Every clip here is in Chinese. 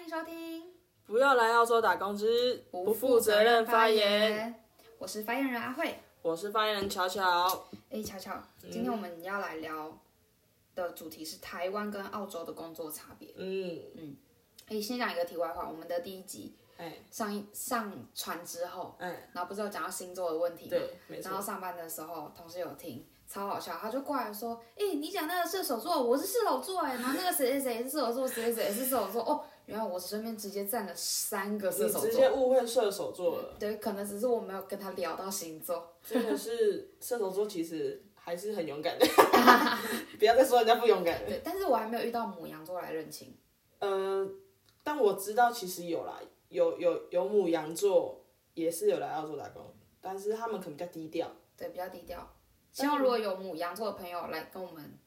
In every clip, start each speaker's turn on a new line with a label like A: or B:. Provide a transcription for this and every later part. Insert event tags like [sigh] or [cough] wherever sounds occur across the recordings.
A: 迎收听
B: 不要来澳洲打工之不负责任发言。，
A: 我是发言人阿慧。
B: 我是发言人巧巧。
A: 哎，巧巧，
B: 嗯
A: 今天我们要来聊的主题是台湾跟澳洲的工作差别。
B: 嗯，
A: 哎，先讲一个题外话，我们的第一集
B: 哎
A: 上一上传之后，
B: 哎，
A: 然后不是有讲到星座的问题吗？
B: 对，没
A: 然后
B: 错。
A: 上班的时候，同事有听，超好笑，他就过来说：“哎、你讲那个射手座，我是射手座哎，然后那个谁谁谁是射手座，谁谁谁是射手座哦，原来我身边直接站了三个射
B: 你
A: 手
B: 直
A: 座，
B: 接误会射手
A: [laughs]
B: 座了，
A: 对，可能只是我没有跟他聊到星座，
B: 真的是射手座其实还是很勇敢的，不要再说人家不勇敢了。
A: 对，但是我还没有遇到母羊座来认亲，
B: 呃，但我知道其实有啦，有有有母羊座也是有来澳洲打工，但是他们可能比较低调。
A: 对，比较低调。希望如果有母羊座的朋友来跟我们，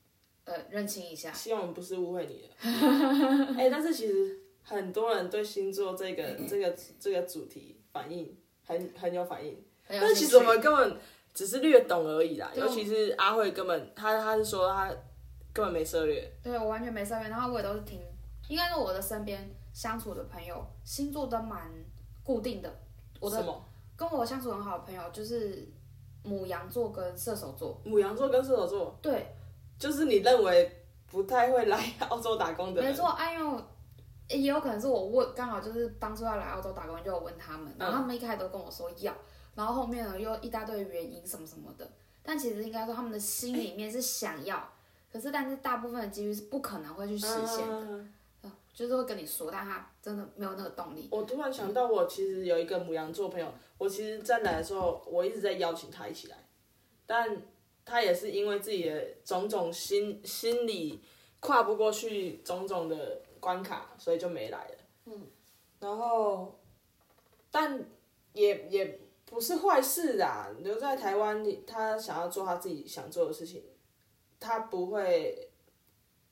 A: 呃，认清一下，
B: 希望我们不是误会你了。
A: [laughs]
B: 哎、但是其实很多人对星座
A: [coughs]
B: 这个这个这个主题反应很很有反应。
A: 很有
B: 但
A: 兴
B: 其
A: 趣
B: 实我们根本只是略懂而已啦，
A: 对啊
B: 尤其是阿慧根本，她她是说她根本没涉猎，
A: 对我完全没上面，然后我也都是听，应该是我的身边相处的朋友星座都蛮固定的。我
B: 什
A: 的
B: 么
A: 跟我相处很好的朋友就是母羊座跟射手座，
B: 母羊座跟射手座，
A: 对，
B: 就是你认为不太会来 [laughs] 澳洲打工的
A: 没
B: 人，
A: 错，哎呦。也有可能是我问，刚好就是当初要来澳洲打工，就有问他
B: 嗯
A: 们，然后他们一开始都跟我说要，然后后面呢又一大堆原因什么什么的，但其实应该说他们的心里面是想要，可是但是大部分的几率是不可能会去实现，
B: 嗯
A: 嗯就是会跟你说，但他真的没有那个动力。
B: 我突然想到，我其实有一个母羊座朋友，我其实在来的时候，我一直在邀请他一起来，但他也是因为自己的种种心心理跨不过去种种的关卡，所以就没来了。嗯，然后，但也也不是坏事啊。留在台湾，你他想要做他自己想做的事情，他不会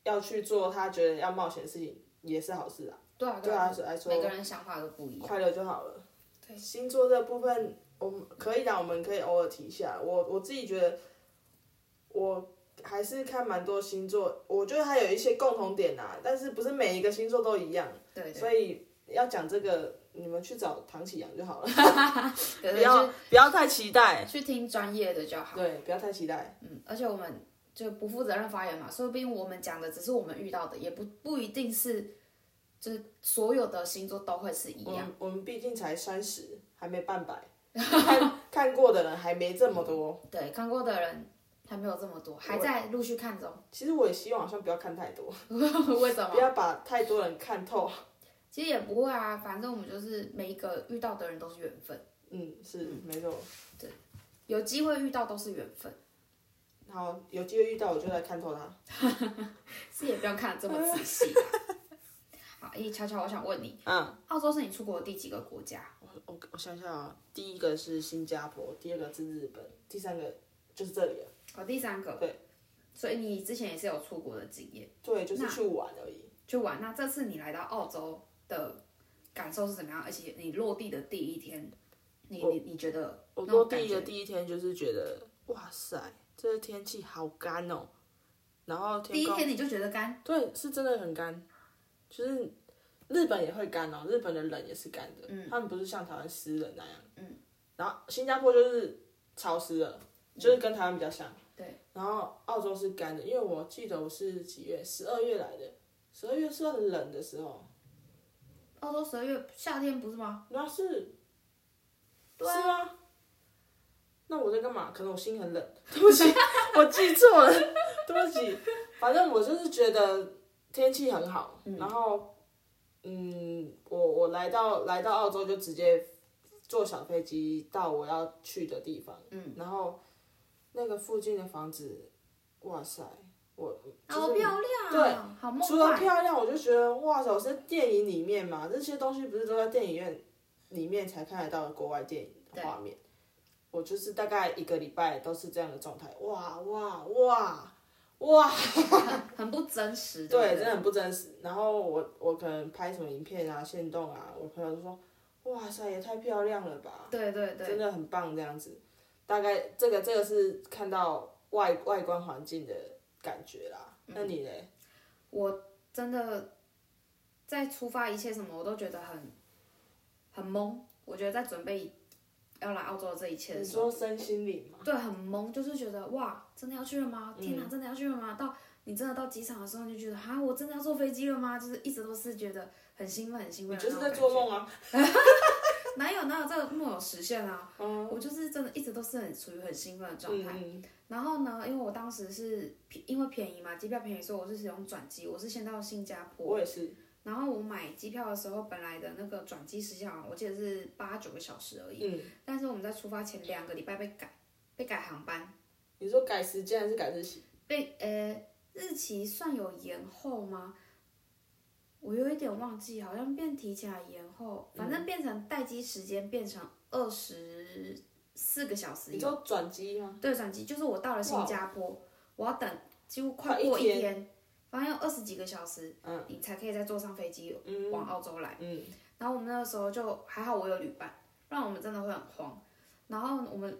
B: 要去做他觉得要冒险的事情，也是好事啊。
A: 对啊，
B: 对
A: 啊，
B: 他来说
A: 每，个人想法都不一样。
B: 快乐就好了。星座这部分，我们可以的，我们可以偶尔提一下。我我自己觉得，我还是看蛮多星座，我觉得它有一些共同点啊，但是不是每一个星座都一样，
A: 对对
B: 所以要讲这个，你们去找唐启阳就好了，
A: 对，
B: [laughs] 不
A: 对
B: 要不要太期待，
A: 去去听专业的就好。
B: 对，不要太期待，
A: 嗯，而且我们就不负责任发言嘛，说不定我们讲的只是我们遇到的，也不不一定是，就是所有的星座都会是一
B: 我
A: 样。
B: 们我们毕竟才三十，还没半
A: [laughs]
B: 百，看看过的人还没这么多。
A: 对，看过的人还没有这么多，还在陆续看中。 [laughs]
B: 其实我也希望好像不要看太多，
A: 为什么？
B: 不要把太多人看透。
A: 其实也不会啊，反正我们就是每一个遇到的人都是缘分，
B: 嗯，是没错。
A: 有机会遇到都是缘分，
B: 好，有机会遇到我就来看透他。
A: 是也不用看得这么仔细
B: [laughs]
A: 啊、好，咦，巧巧，我想问你，
B: 嗯，
A: 澳洲是你出国的第几个国家？
B: 我我我想想啊，第一个是新加坡，第二个是日本，第三个就是这里了。
A: 哦，第三个。
B: 对。
A: 所以你之前也是有出国的经验，
B: 对，就是去玩而已。
A: 就玩。那这次你来到澳洲的感受是怎么样？而且你落地的第一天，你你你觉得
B: 我
A: 那种
B: 落
A: 感
B: 地
A: 觉
B: 的第一天就是觉得，哇塞，这天气好干哦。然后
A: 第
B: 天
A: 一
B: 空，
A: 天你就觉得干？
B: 对，是真的很干，就是日本也会干哦，日本的冷也是干的，他们不是像台湾湿冷那样。嗯。然后新加坡就是潮湿了，就是跟台湾比较像。
A: 对，
B: 然后澳洲是干的，因为我记得我是几月，十二月来的，十二月算冷的时候，
A: 澳洲十二月夏天不是吗？
B: 啊那是，
A: 对
B: 是吗？那我在干嘛？可能我心很冷， [laughs] 对不起，我记错了， [laughs] 对不起。反正我就是觉得天气很好，然后，嗯，我我来到来到澳洲就直接坐小飞机到我要去的地方，嗯，然后那个附近的房子，哇塞，啊我就是
A: 好漂亮，
B: 对，
A: 好
B: 除
A: 梦
B: 了
A: 幻。
B: 漂亮，我就觉得哇塞，我是电影里面嘛，这些东西不是都在电影院里面才看得到的国外电影的画面。我就是大概一个礼拜都是这样的状态，哇哇哇哇，
A: 很很不真实，不
B: 对，真的很不真实。然后我我可能拍什么影片啊、线动啊，我朋友就说，哇塞，也太漂亮了吧。
A: 对对对，
B: 真的很棒这样子。大概这个这个是看到外外观
A: 嗯
B: 环境的感觉啦。那你嘞？
A: 我真的在出发一切什么，我都觉得很很懵。我觉得在准备要来澳洲的这一切的
B: 你
A: 时候，
B: 说身心灵吗？
A: 对，很懵，就是觉得哇，真的要去了吗？
B: 嗯
A: 天哪，真的要去了吗？到你真的到机场的时候，你就觉得啊，我真的要坐飞机了吗？就是一直都是觉得很兴奋，很兴
B: 你
A: 奋。
B: 就是在做梦啊！
A: 哪有哪有这个梦有实现啊？
B: 嗯
A: 我就是真的一直都是很处于很兴奋的状
B: 嗯
A: 态。
B: 嗯，
A: 然后呢，因为我当时是因为便宜嘛，机票便宜，所以我是使用转机，我是先到新加坡，
B: 我也是，
A: 然后我买机票的时候，本来的那个转机时间好像我记得是八九个小时而已，
B: 嗯，
A: 但是我们在出发前两个礼拜被改，被改航班，
B: 你说改时间还是改日期？
A: 被呃日期算有延后吗？我有一点忘记，好像变提前还延后，反正变成待机时间变成二十四个小时
B: 你说转机吗？
A: 对，转机就是我到了新加坡，我要等几乎快
B: 哦快一
A: 过一
B: 天
A: 天，反正有二十几个小时，
B: 嗯
A: 你才可以再坐上飞机
B: 嗯
A: 往澳洲来。
B: 嗯，
A: 然后我们那个时候就还好，我有旅伴，不然我们真的会很慌。然后我们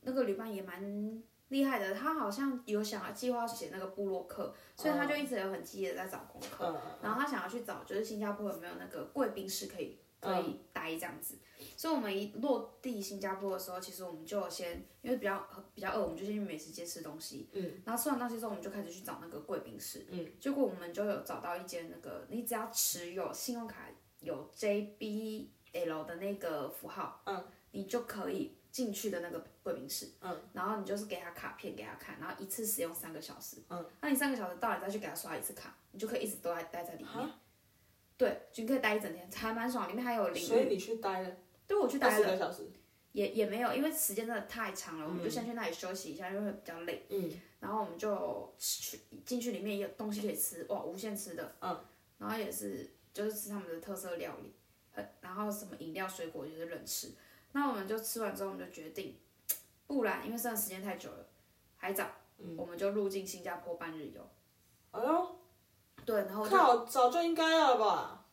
A: 那个旅伴也蛮厉害的，他好像有想要计划写那个部落客，所以他就一直有很积极的在找功课。
B: 嗯
A: 然后他想要去找，就是新加坡有没有那个贵宾室可以可
B: 嗯
A: 以待这样子。所以我们一落地新加坡的时候，其实我们就先因为比较比较饿，我们就先去美食街吃东西。嗯。然后吃完东西之后，我们就开始去找那个贵宾室。嗯。结果我们就有找到一间那个，你只要持有信用卡有 JBL 的那个符号，嗯，你就可以进去的那个贵宾室。嗯。然后你就是给他卡片给他看，然后一次使用三个小时。嗯。那你三个小时到，你再去给他刷一次卡，你就可以一直都在待在里面。对，就可以待一整天，还蛮爽。里面还有淋
B: 所以
A: 浴，
B: 你去待了，
A: 对我去待
B: 十
A: 了，
B: 个小时，
A: 也也没有，因为时间真的太长了，我们就先去那里休息一下，因为比较累。
B: 嗯，
A: 然后我们就去进去里面也有东西可以吃，哇，无限吃的。嗯。然后也是就是吃他们的特色料理，很然后什么饮料、水果就是任吃。那我们就吃完之后，我们就决定，不然因为剩的时间太久了，还早，
B: 嗯
A: 我们就入境新加坡半日游。
B: 哎呦，
A: 对，然后
B: 靠，早就应该了吧？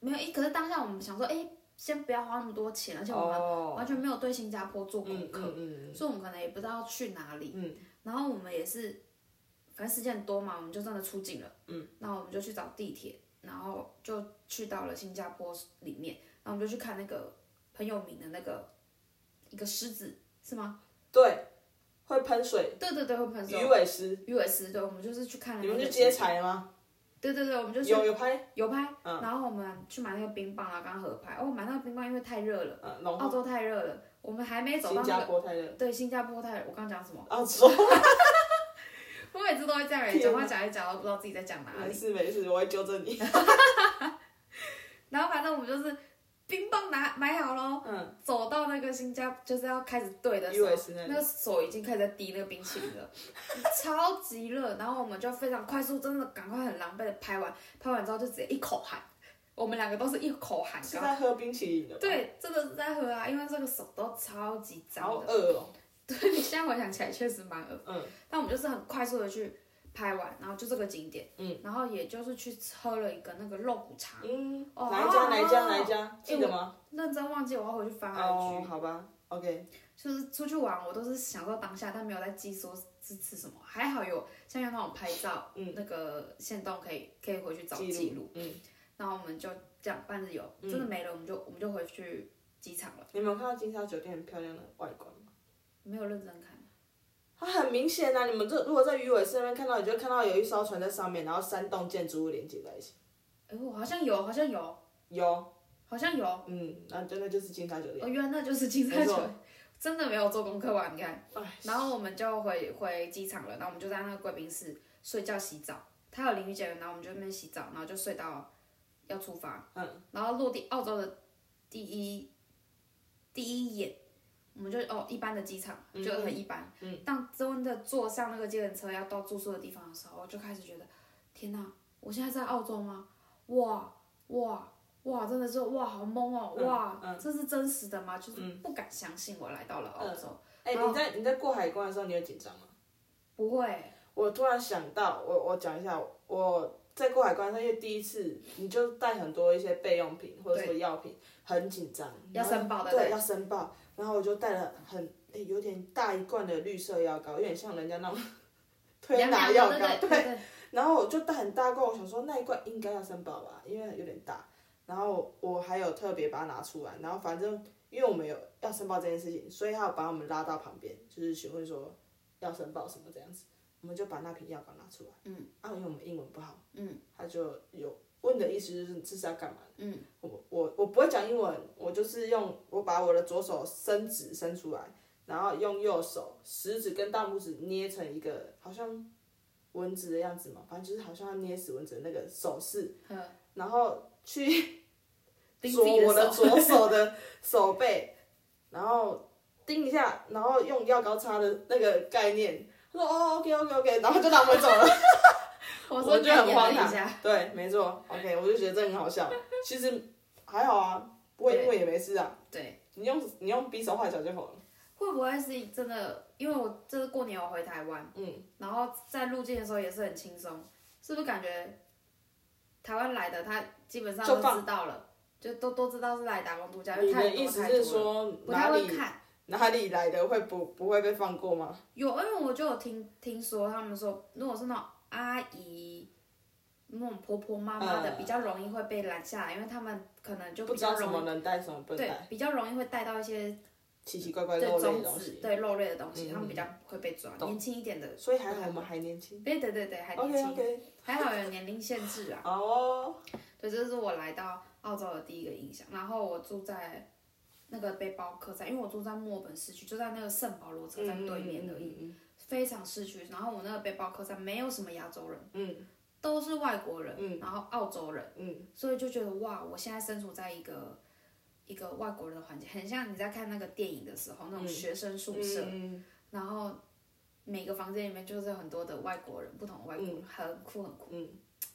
A: 没有，诶，可是当下我们想说，哎、先不要花那么多钱，而且我们
B: 哦，
A: 完全没有对新加坡做功
B: 嗯
A: 课，
B: 嗯
A: 所以我们可能也不知道去哪里。
B: 嗯
A: 然后我们也是，反正时间很多嘛，我们就真的出境了。嗯，那我们就去找地铁，然后就去到了新加坡里面，然后我们就去看那个很有名的那个一个狮子，是吗？
B: 嗯，对，会喷水，
A: 对对对，会喷手
B: 鱼尾狮，
A: 鱼尾狮，对，我们就是去看了
B: 你
A: 那个
B: 们
A: 狮
B: 去
A: 子。
B: 接财吗？
A: 对对对，我们就
B: 有嗯有拍，
A: 有拍，然后我们去买那个冰棒啊，刚刚合拍。哦，买那个冰棒因为太热了，
B: 嗯，然后
A: 澳洲太热了，我们还哦哎没走到
B: 新
A: 那
B: 加
A: 个。
B: 坡哦太热，
A: 对，新加坡太热，我刚刚讲什么？
B: 澳洲
A: [laughs] 我每次都会这样欸，
B: 天
A: 讲
B: 哪
A: 话讲一讲，都不知道自己在讲哪
B: 没
A: 里。
B: 事没事，我会纠正你。
A: 然后反正我们就是冰棒拿买好喽，
B: 嗯，
A: 走到那个新加就是要开始对的
B: 鱼
A: 时候
B: 尾，狮那
A: 那
B: 里，
A: 个手已经开始在滴那个冰淇淋了， [laughs] 超级热。然后我们就非常快速，真的赶快很狼狈的拍完，拍完之后就直接一口喊，我们两个都是一口喊，
B: 是在喝冰淇淋的吧，
A: 对，真的是在喝啊，因为这个手都超级
B: 好
A: 脏的。
B: 饿哦。
A: [laughs] 对，你现在回想起来确实蛮恶。
B: 嗯，
A: 但我们就是很快速的去拍完，然后就这个景点，
B: 嗯，
A: 然后也就是去喝了一个那个肉骨茶，
B: 嗯，
A: 哦
B: 哪一家
A: 哦
B: 哪一家哪一家，记得吗？
A: 认真忘记我要回去翻 IG，、
B: 哦，好吧，OK，
A: 就是出去玩我都是享受当下，但没有在记说是吃什么，还好有像有那种拍照，
B: 嗯，
A: 那个线动可以可以回去找记录，
B: 录。嗯，
A: 然后我们就这样半日游，真的没了我们就我们就回去机场了，
B: 你们有看到金沙酒店很漂亮的外观吗？
A: 没有认真看。
B: 它很明显啊，你们这如果在鱼尾狮那边看到，你就会看到有一艘船在上面，然后三栋建筑物连接在一起。
A: 哎，我好像有，好像有，
B: 有，
A: 好像有。
B: 嗯，那真的就是金沙酒店。
A: 哦，原来那就是金沙
B: 没
A: 酒
B: 错，
A: 真的没有做功课吧？你看，
B: 哎，
A: 然后我们就回回机场了，然后我们就在那个贵宾室睡觉洗澡，他有淋浴间，然后我们就在那边洗澡，然后就睡到要出发，嗯，然后落地澳洲的第一第一眼，我们就哦一般的机场就很一般，嗯，当真的坐上那个接人车要到住宿的地方的时候，我就开始觉得，天哪，我现在在澳洲吗？哇哇哇，真的是哇好懵哦，
B: 嗯
A: 哇，
B: 嗯
A: 这是真实的吗？就是不敢相信我来到了澳洲。
B: 哎、你在你在过海关的时候，你有紧张吗？
A: 不会，
B: 我突然想到，我我讲一下，我在过海关那些第一次，你就带很多一些备用品或者什么药品，很紧张，
A: 要
B: 然后
A: 申报的
B: 对，要申报。然后我就带了很、诶有点大一罐的绿色药膏，有点像人家那种 [laughs] 推
A: 凉
B: 拿
A: 凉
B: 药
A: 的，
B: 膏，
A: 对对对
B: [laughs]
A: 对，
B: 然后我就带很大罐，我想说那一罐应该要三包吧，因为有点大。然后我还有特别把它拿出来，然后反正因为我们有要申报这件事情，所以他有把我们拉到旁边，就是询问说要申报什么这样子，我们就把那瓶药膏拿出来。嗯。啊，因为我们英文不好。嗯。他就有问的意思就是这是要干嘛的？嗯。我我我不会讲英文，我就是用我把我的左手伸直伸出来，然后用右手食指跟大拇指捏成一个好像。蚊子的样子嘛，反正就是好像要捏死蚊子的那个手势，然后去
A: 钉嗯
B: 左
A: 自己的
B: 我的 [laughs]
A: 手
B: 左手的手背，然后钉一下，然后用药膏擦的那个概念。他说哦，OK OK OK，然后就拿回走了。
A: [laughs] [laughs] 我
B: 我
A: 说
B: 觉得很荒
A: 一下，
B: 唐。对，没错，OK，我就觉得这很好笑。其实还好啊，不会因为也没事啊。
A: 对，
B: 你用你用匕首画脚就好了。
A: 会不会是真的？因为我这次过年我回台湾，
B: 嗯，
A: 然后在入境的时候也是很轻松，是不是感觉台湾来的他基本上
B: 就
A: 都
B: 放
A: 知道了，就都都知道是来打工度假，因为
B: 你
A: 太
B: 的
A: 多
B: 意思
A: 太多
B: 是
A: 了，
B: 说
A: 不太
B: 哪
A: 会
B: 里
A: 看。
B: 哪里来的会不不会被放过吗？
A: 有，因为我就有听听说他们说，如果是那种阿姨、那种婆婆妈妈的，
B: 嗯
A: 比较容易会被拦下来，因为他们可能就
B: 不
A: 比
B: 知
A: 较
B: 道什
A: 容
B: 么
A: 易
B: 能带什么不能
A: 对
B: 带，
A: 比较容易会带到一些
B: 奇奇怪怪
A: 对
B: 肉类
A: 种
B: 的东
A: 子
B: 西。
A: 对肉类的东西，
B: 嗯
A: 他们比较会被抓。
B: 懂
A: 年轻一点的，嗯
B: 所以还好我们还年轻。
A: 对对对对，还年
B: OK
A: 轻
B: OK，
A: 还好有年龄限制啊。
B: 好哦，
A: 对，这是我来到澳洲的第一个印象。然后我住在那个背包客栈，因为我住在墨尔本市区，就在那个圣保罗车站对面而已。
B: 已。
A: 非常市区，然后我那个背包客栈没有什么亚洲人，
B: 嗯，
A: 都是外国人，
B: 嗯
A: 然后澳洲人，
B: 嗯，
A: 所以就觉得哇，我现在身处在一个一个外国人的环境，很像你在看那个电影的时候那种学生宿舍，
B: 嗯
A: 然后每个房间里面就是有很多的外国人，不同的外国人，很酷很酷，
B: 嗯，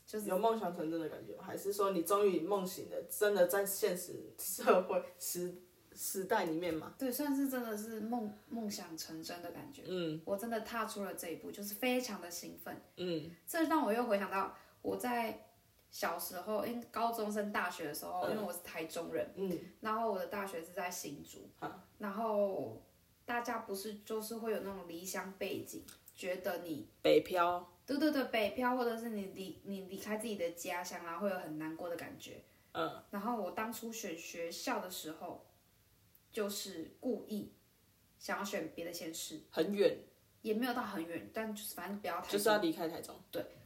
A: 就是
B: 有梦想成真的感觉吗，还是说你终于梦醒了，真的在现实 [laughs] 社会时时代里面嘛？
A: 对，算是真的是梦梦想成真的感觉。
B: 嗯
A: 我真的踏出了这一步，就是非常的兴奋。
B: 嗯
A: 这让我又回想到我在小时候，因为高中升大学的时候，因为我是台中人，
B: 嗯
A: 然后我的大学是在新竹，然后大家不是就是会有那种离乡背景，觉得你
B: 北漂，
A: 对对对北漂，或者是你离你离开自己的家乡，然后会有很难过的感觉。
B: 嗯，
A: 然后我当初选学校的时候，就是故意想要选别的县市，
B: 很远，
A: 也没有到很远，但就是反正不要太哦
B: 就是要离开台中。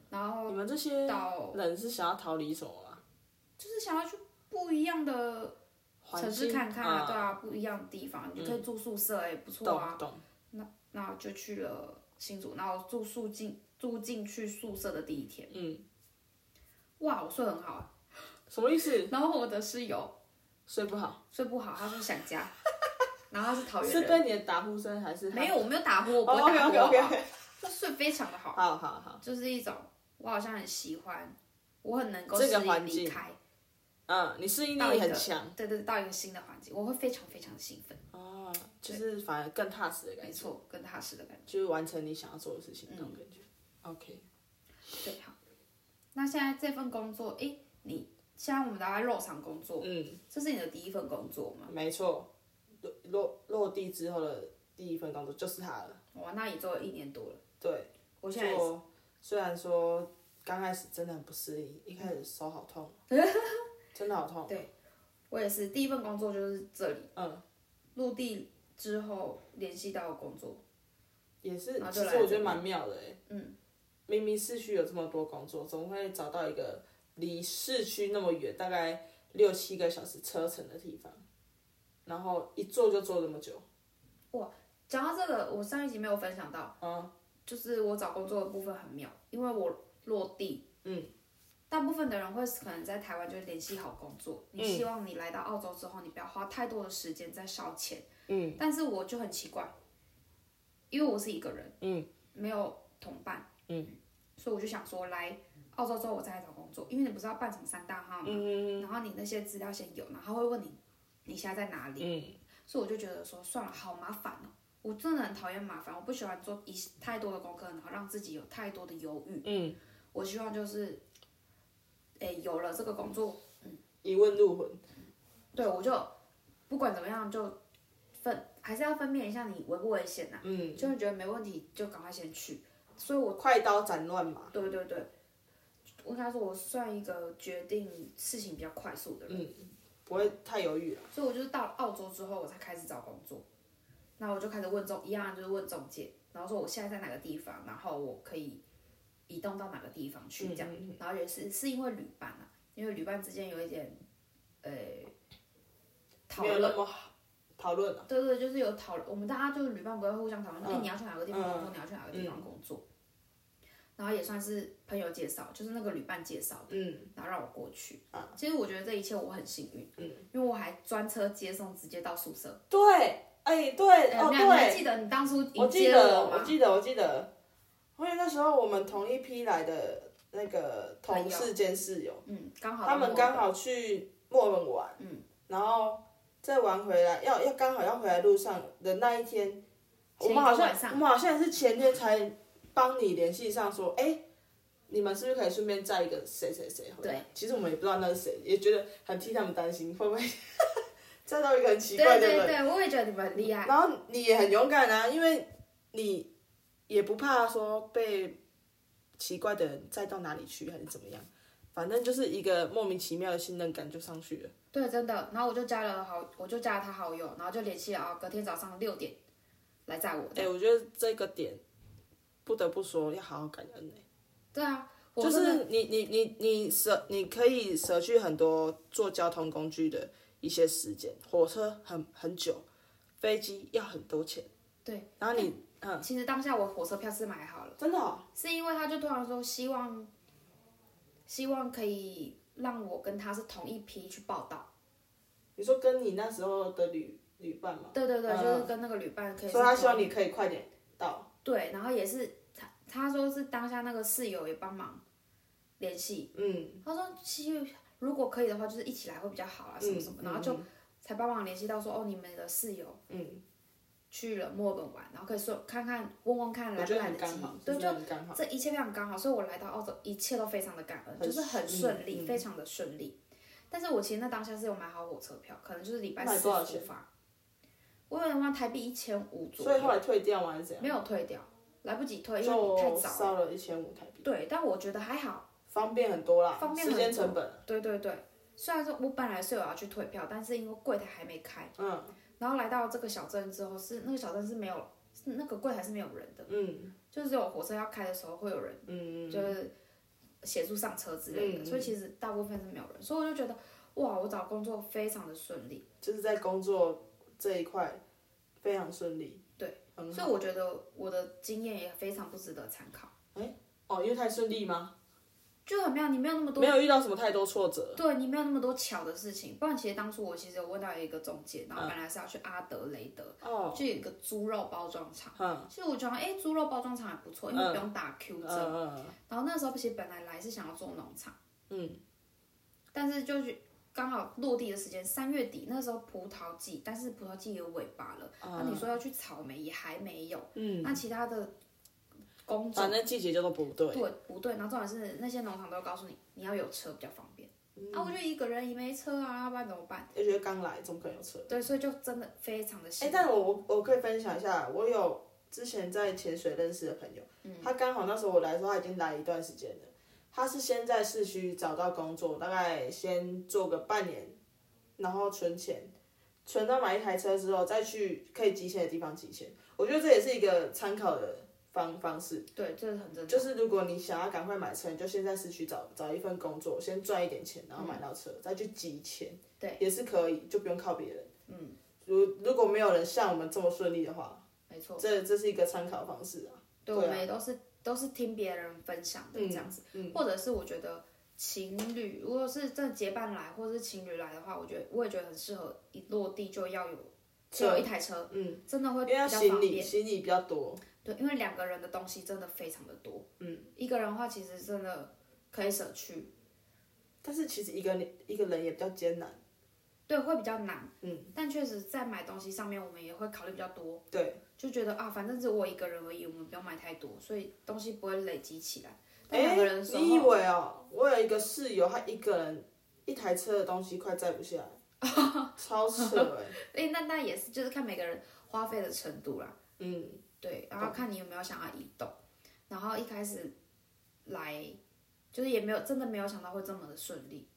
A: 然后
B: 你们这些
A: 到
B: 人是想要逃离什么吗？
A: 就是想要去不一样的
B: 环
A: 城市
B: 境
A: 看看啊，对
B: 啊，
A: 啊，不一样的地方，你就可以住宿舍，也不错啊。
B: 懂懂，
A: 那那就去了新竹，然后住宿进住进去宿舍的第一天，
B: 嗯，
A: 哇，我睡很好啊。
B: 什么意思？
A: 然后我的室友哦
B: 睡不好，
A: 睡不好，他说想 [laughs] 家，然后他是桃园
B: 是
A: 人，
B: 被你的打呼声还是
A: 没有，我没有打呼，我不
B: 哦
A: 会打呼，好不
B: OK，OK，OK
A: 好就睡非常的好，
B: 好好好，
A: 就是一种我好像很喜欢，我很能够
B: 这个
A: 适
B: 环
A: 应离
B: 境
A: 开，
B: 嗯，你适应
A: 到一
B: 力
A: 个
B: 很强
A: 对对，对到一个新的环境，我会非常非常兴奋，
B: 啊，就是反而更踏实的感
A: 没
B: 觉。
A: 错，更踏实的感觉。
B: 就是完成你想要做的事情那种
A: 嗯
B: 感觉。OK，
A: 哦对，好。那现在这份工作，诶，你现在我们都在肉场工作，
B: 嗯，
A: 这是你的第一份工作吗？
B: 没错，落落落地之后的第一份工作就是它了。
A: 哇，那也做了一年多了。
B: 对，
A: 我现在也是
B: 做虽然说刚开始真的很不适应，一开始手好痛，啊
A: [laughs]
B: 真的好痛。
A: 我也是第一份工作就是这里，
B: 嗯，
A: 落地之后联系到工作，
B: 也是，
A: 然后
B: 其
A: 就来
B: 实我觉
A: 这
B: 得
A: 边
B: 蛮妙的哎。嗯，明明市区有这么多工作，怎么会找到一个离市区那么远，大概六七个小时车程的地方，然后一坐就坐这么久？
A: 讲到这个，我上一集没有分享到，
B: 嗯，
A: 就是我找工作的部分很妙，因为我落地，
B: 嗯，
A: 大部分的人会可能在台湾就联系好工作，你
B: 嗯
A: 希望你来到澳洲之后，你不要花太多的时间在烧钱，
B: 嗯
A: 但是我就很奇怪，因为我是一个人，
B: 嗯，
A: 没有同伴，
B: 嗯，
A: 所以我就想说来澳洲之后我再来找工作，因为你不是要办成三大号吗？
B: 嗯
A: 然后你那些资料先有，然后他会问你你现在在哪里，
B: 嗯。
A: 所以我就觉得说算了，好麻烦哦。我真的很讨厌麻烦，我不喜欢做一太多的功课，然后让自己有太多的犹豫。
B: 嗯，
A: 我希望就是，诶，有了这个工作，
B: 一问入魂，
A: 对我就不管怎么样就分，还是要分辨一下你危不危险呐、
B: 嗯，
A: 就会觉得没问题就赶快先去，所以我
B: 快刀斩乱麻。
A: 对对对，我跟他说我算一个决定事情比较快速的人，
B: 不会太犹豫了。
A: 所以我就是到澳洲之后我才开始找工作，那我就开始问中一样就是问中介，然后说我现在在哪个地方，然后我可以移动到哪个地方
B: 嗯
A: 去这样，然后也是是因为旅伴啊，因为旅伴之间有一点呃讨
B: 没有
A: 论。
B: 那么好讨论了。
A: 对对，就是有讨论，我们大家就是旅伴不会互相讨论，哎、
B: 嗯
A: 你要去哪个地方工作，
B: 嗯
A: 你要去哪个地方工作，然后也算是朋友介绍，就是那个旅伴介绍的，
B: 嗯，
A: 然后让我过去。其实我觉得这一切我很幸运，
B: 嗯
A: 因为我还专车接送，直接到宿舍。
B: 对，哎，对，
A: 哎
B: 哦，
A: 你还你还
B: 对，
A: 记得你当初
B: 我
A: 迎
B: 记
A: 接
B: 得，我
A: 吗？
B: 记得，我记得，因为那时候我们同一批来的那个同事兼室友，
A: 嗯，刚好
B: 他们
A: 到
B: 刚
A: 墨
B: 好去墨尔本玩，嗯，然后再玩回来，要要刚好要回来路上的那一天，我
A: 前一
B: 们好
A: 个
B: 像
A: 晚上
B: 我们好像也是前天才帮你联系上说，哎、你们是不是可以顺便载一个谁谁谁回来？
A: 对，
B: 其实我们也不知道那是谁，也觉得很替他们担心，会不会 [laughs] 载到一个很奇
A: 本
B: 怪
A: 对
B: 的人？
A: 对对，我也觉得你们很厉害。
B: 然后你也很勇敢啊，因为你也不怕说被奇怪的人载到哪里去还是怎么样，反正就是一个莫名其妙的信任感就上去了。
A: 对，真的。然后我就加了好，我就加了他好友，然后就联系了啊，隔天早上六点来载我。
B: 哎、我觉得这个点不得不说要好好感恩、欸、
A: 对啊，我
B: 就
A: 真的
B: 是你你你你舍你可以舍去很多坐交通工具的一些时间，火车很很久，飞机要很多钱，
A: 对，
B: 然后你、嗯
A: 其实当下我火车票是买好了，
B: 真的、哦、
A: 是因为他就突然说希望，希望可以让我跟他是同一批去报道。
B: 你说跟你那时候的旅旅伴吗？
A: 对对对，
B: 嗯
A: 就是跟那个旅伴可以是
B: 所
A: 同。
B: 以他希望你可以快点到。
A: 对，然后也是他他说是当下那个室友也帮忙联系，
B: 嗯，
A: 他说其实如果可以的话，就是一起来会比较好啊，什么什么，
B: 嗯
A: 然后就才帮忙联系到说哦，你们的室友
B: 嗯，
A: 去了墨尔本玩，然后可以说看看问问看
B: 我
A: 来不
B: 觉得
A: 来
B: 很
A: 得及
B: 刚好，，
A: 对，
B: 真
A: 就
B: 的很刚好。
A: 这一切非常刚好，所以我来到澳洲，一切都非常的感恩，
B: 很
A: 就是很顺利，
B: 嗯嗯
A: 非常的顺利。但是我其实那当下是有买好火车票，可能就是礼拜
B: 那你
A: 四
B: 多少
A: 出
B: 钱
A: 发，我有点忘台币一千五左
B: 所以
A: 右，
B: 后来退掉吗？还是怎样？
A: 没有退掉，来不及退，因为太
B: 就
A: 早了。
B: 烧了一千五台币，
A: 对，但我觉得还好，
B: 方便很多啦，
A: 方便很
B: 时
A: 多
B: 间成本。
A: 对对对。虽然说我本来是有要去退票，但是因为柜台还没开，
B: 嗯
A: 然后来到这个小镇之后，是那个小镇是没有，是那个柜台是没有人的，
B: 嗯
A: 就是只有火车要开的时候会有人。
B: 嗯，
A: 就是协助上车之类的，
B: 嗯
A: 所以其实大部分是没有人，所以我就觉得哇，我找工作非常的顺利，
B: 就是在工作这一块非常顺利。
A: 对，
B: 很
A: 所以我觉得我的经验也非常不值得参考，
B: 哦，因为太顺利吗？
A: 就很妙，你没有那么多
B: 没，有遇到什么太多挫折。
A: 对你没有那么多巧的事情，不然其实当初我其实有问到一个中介，然后本来是要去阿德雷德，
B: 嗯哦，
A: 就有一个猪肉包装厂，
B: 嗯
A: 其实我觉得哎，猪肉包装厂还不错，因为不用打 Q
B: 嗯
A: 针，
B: 嗯
A: 然后那时候其实本来来是想要做农场，
B: 嗯，
A: 但是就是刚好落地的时间三月底，那时候葡萄季，但是葡萄季也尾巴了，那、
B: 嗯
A: 你说要去草莓也还没有，
B: 嗯，啊
A: 那其他的工
B: 反
A: 种
B: 正季节叫做不对。
A: 对不对？然后重点是那些农场都告诉你，你要有车比较方便，啊，我就一个人也没车啊，不然怎么办？
B: 而且刚来，怎么可能有车？
A: 对，所以就真的非常的
B: 哎、
A: 辛苦。
B: 但我我我可以分享一下，我有之前在潜水认识的朋友，他刚好那时候我来的时候，他已经来一段时间了。他是先在市区找到工作，大概先做个半年，然后存钱，存到买一台车之后，再去可以集钱的地方集钱。我觉得这也是一个参考的方方式。
A: 对，这是很正常。
B: 就是如果你想要赶快买车，你就先在市区找找一份工作，先赚一点钱，然后买到车，再去集钱，
A: 对，
B: 也是可以，就不用靠别人。嗯，如如果没有人像我们这么顺利的话，
A: 没错，
B: 这这是一个参考方式啊。嗯
A: 对，
B: 对啊
A: 我们也都是都是听别人分享的这样子，或者是我觉得情侣如果是真的结伴来，或者是情侣来的话，我觉得我也觉得很适合一落地就要有就有一台车，嗯，真的会
B: 因
A: 比
B: 为
A: 较
B: 他行
A: 方
B: 李
A: 便。
B: 行李比较多，
A: 对，因为两个人的东西真的非常的多，嗯，一个人的话其实真的可以舍去，
B: 但是其实一个人一个人也比较艰难。
A: 对，会比较难，
B: 嗯，
A: 但确实在买东西上面我们也会考虑比较多，
B: 对，
A: 就觉得啊，反正只有我一个人而已，我们不用买太多，所以东西不会累积起来。但
B: 哎、
A: 两个人的时候，
B: 你以为哦？我有一个室友，他一个人一台车的东西快载不下
A: [laughs]
B: 来，超扯哎、
A: 哎、那那也是，就是看每个人花费的程度啦。
B: 嗯，
A: 对，然后看你有没有想要移动。然后一开始来就是也没有真的没有想到会这么的顺利，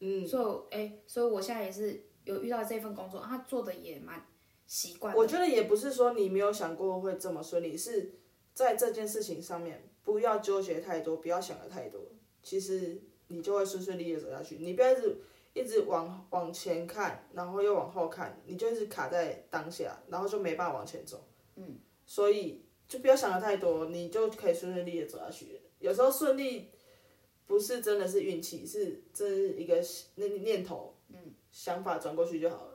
B: 嗯，
A: 所以哎、所以我现在也是有遇到这份工作，啊他做的也蛮习惯的，
B: 我觉得也不是说你没有想过会这么顺利，是在这件事情上面不要纠结太多，不要想的太多，其实你就会顺顺利利的走下去。你不要一直一直往往前看，然后又往后看，你就一直卡在当下，然后就没办法往前走。嗯，所以就不要想的太多，你就可以顺顺利利的走下去。有时候顺利不是真的是运气，是这是一个那念头，嗯，想法转过去就好了。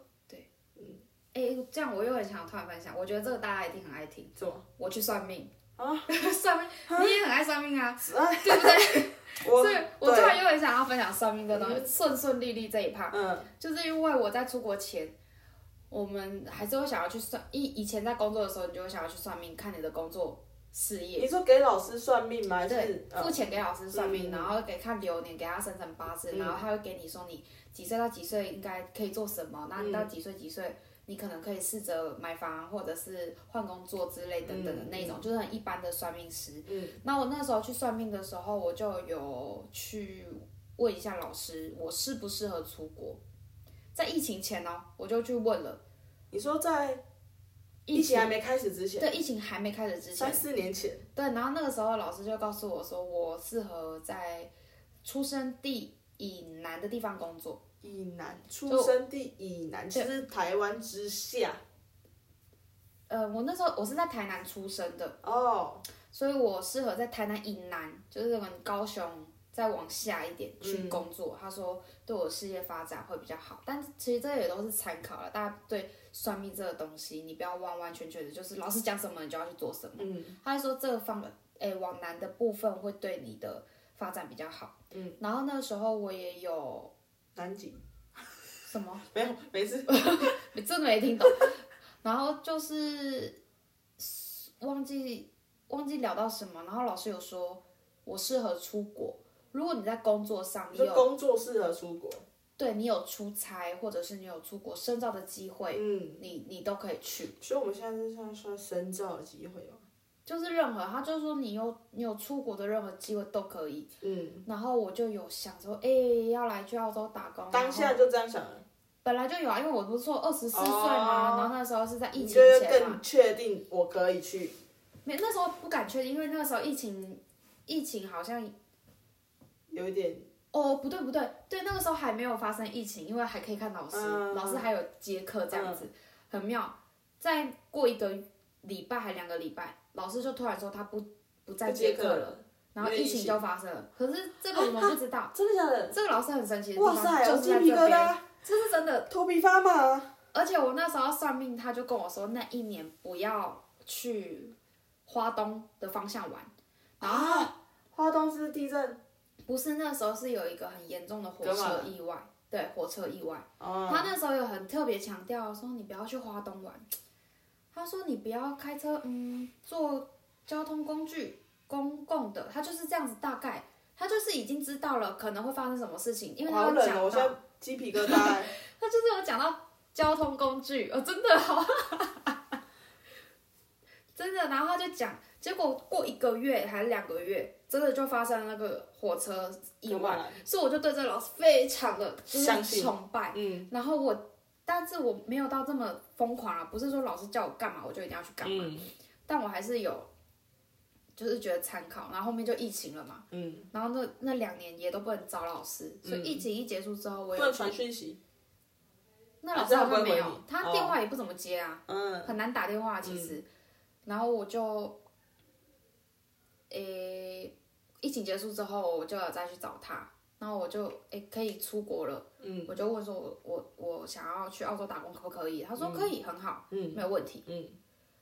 A: 哎、这样我又很想突然分享，我觉得这个大家一定很爱听。
B: 怎么？
A: 我去算命啊， [laughs] 算命，你也很爱算命啊，
B: 对不对？我
A: 所以我突
B: 对
A: 然又很想要分享算命这东西，顺顺利利这一趴。
B: 嗯。
A: 就是因为我在出国前，我们还是会想要去算。以以前在工作的时候，你就会想要去算命，看你的工作事业。
B: 你说给老师算命吗？还
A: 对
B: 是，呃
A: 付钱给老师算命，
B: 嗯
A: 然后给看流年，给他生辰八字，然后他会给你说你几岁到几岁应该可以做什么，那你到几岁几岁，你可能可以试着买房或者是换工作之类等等的那
B: 嗯
A: 种，就是很一般的算命师。嗯，那我那时候去算命的时候，我就有去问一下老师，我适不适合出国。在疫情前呢、我就去问了，
B: 你说在疫
A: 疫
B: 情还
A: 情
B: 没开始之前，
A: 对疫情还没开始之前，
B: 三四年前，
A: 对，然后那个时候老师就告诉我说，我适合在出生地以南的地方工作，
B: 以南出生地以南，其实台湾之下
A: 呃，我那时候我是在台南出生的，
B: 哦，
A: 所以我适合在台南以南，就是我们高雄再往下一点去工作。他说对我事业发展会比较好，但其实这也都是参考了。大家对算命这个东西，你不要完完全全的，就是老师讲什么你就要去做什么。嗯，他还说这个方诶、往南的部分会对你的发展比较好。嗯，然后那个时候我也有。
B: 南极
A: 什么？
B: 没有没事，
A: 你真的没听懂？ [laughs] 然后就是忘记忘记聊到什么，然后老师有说我适合出国。如果你在工作上，你
B: 你说
A: 有
B: 工作适合出国，
A: 对你有出差，或者是你有出国深造的机会，
B: 嗯，
A: 你你都可以去。
B: 所以我们现在是算算深造的机会哦，
A: 就是任何，他就是说你有你有出国的任何机会都可以。
B: 嗯，
A: 然后我就有想说，哎、要来去澳洲打工。
B: 嗯当下就这样想了，
A: 本来就有啊，因为我不是说二十四岁嘛，
B: 哦
A: 然后那时候是在疫
B: 你
A: 情
B: 就会
A: 前嘛，
B: 更确定我可以去，
A: 没，那时候不敢确定，因为那个时候疫情，疫情好像
B: 有一点
A: 哦，不对不对，对，那个时候还没有发生疫情，因为还可以看老师，
B: 嗯
A: 老师还有接课这样子，很妙。再过一个礼拜还两个礼拜，老师就突然说他不不再接课了，
B: 了，
A: 然后
B: 因为
A: 疫
B: 疫
A: 情就发生了。可是这个我们不知道，
B: 真的假的？
A: 这个老师很神奇的地
B: 啊哇
A: 方
B: 塞，
A: 就
B: 我
A: 是
B: 鸡
A: 在
B: 皮
A: 这
B: 疙
A: 边，
B: 瘩，
A: 这是真的。
B: 头皮发麻，
A: 而且我那时候算命，他就跟我说那一年不要去花东的方向玩，然后。
B: 啊，花东是地震，
A: 不是那时候是有一个很严重的火
B: 干嘛
A: 车意外，对，火车意外。
B: 哦，
A: 他那时候有很特别强调说，你不要去花东玩。他说你不要开车，嗯，坐交通工具公共的，他就是这样子大概。他就是已经知道了可能会发生什么事情，因为他
B: 好
A: 有
B: 冷哦，
A: 讲
B: 我现
A: 到，
B: 在鸡皮疙瘩欸。
A: 他就是有讲到交通工具，哦，真的好， [laughs] 真的。然后他就讲，结果过一个月还两个月，真的就发生了那个火车 [laughs] 意外。所以我就对这个老师非常的就
B: 相
A: 是
B: 信
A: 崇拜。
B: 嗯，
A: 然后我，但是我没有到这么疯狂啊，不是说老师叫我干嘛我就一定要去干
B: 嗯
A: 嘛，但我还是有，就是觉得参考。然后后面就疫情了嘛，
B: 嗯，
A: 然后那那两年也都不能找老师，所以疫情一结束之后，
B: 不
A: 我有
B: 能传讯息，
A: 那老师好像
B: 还是他不会
A: 没
B: 回
A: 有
B: 你，
A: 他
B: 哦
A: 电话也不怎么接啊，
B: 嗯，
A: 很难打电话其实。然后我就，诶、疫情结束之后，我就有再去找他，然后我就诶、可以出国了，嗯，我就问说我我我想要去澳洲打工可不可以？他说可以，很好，嗯，没有问题，嗯。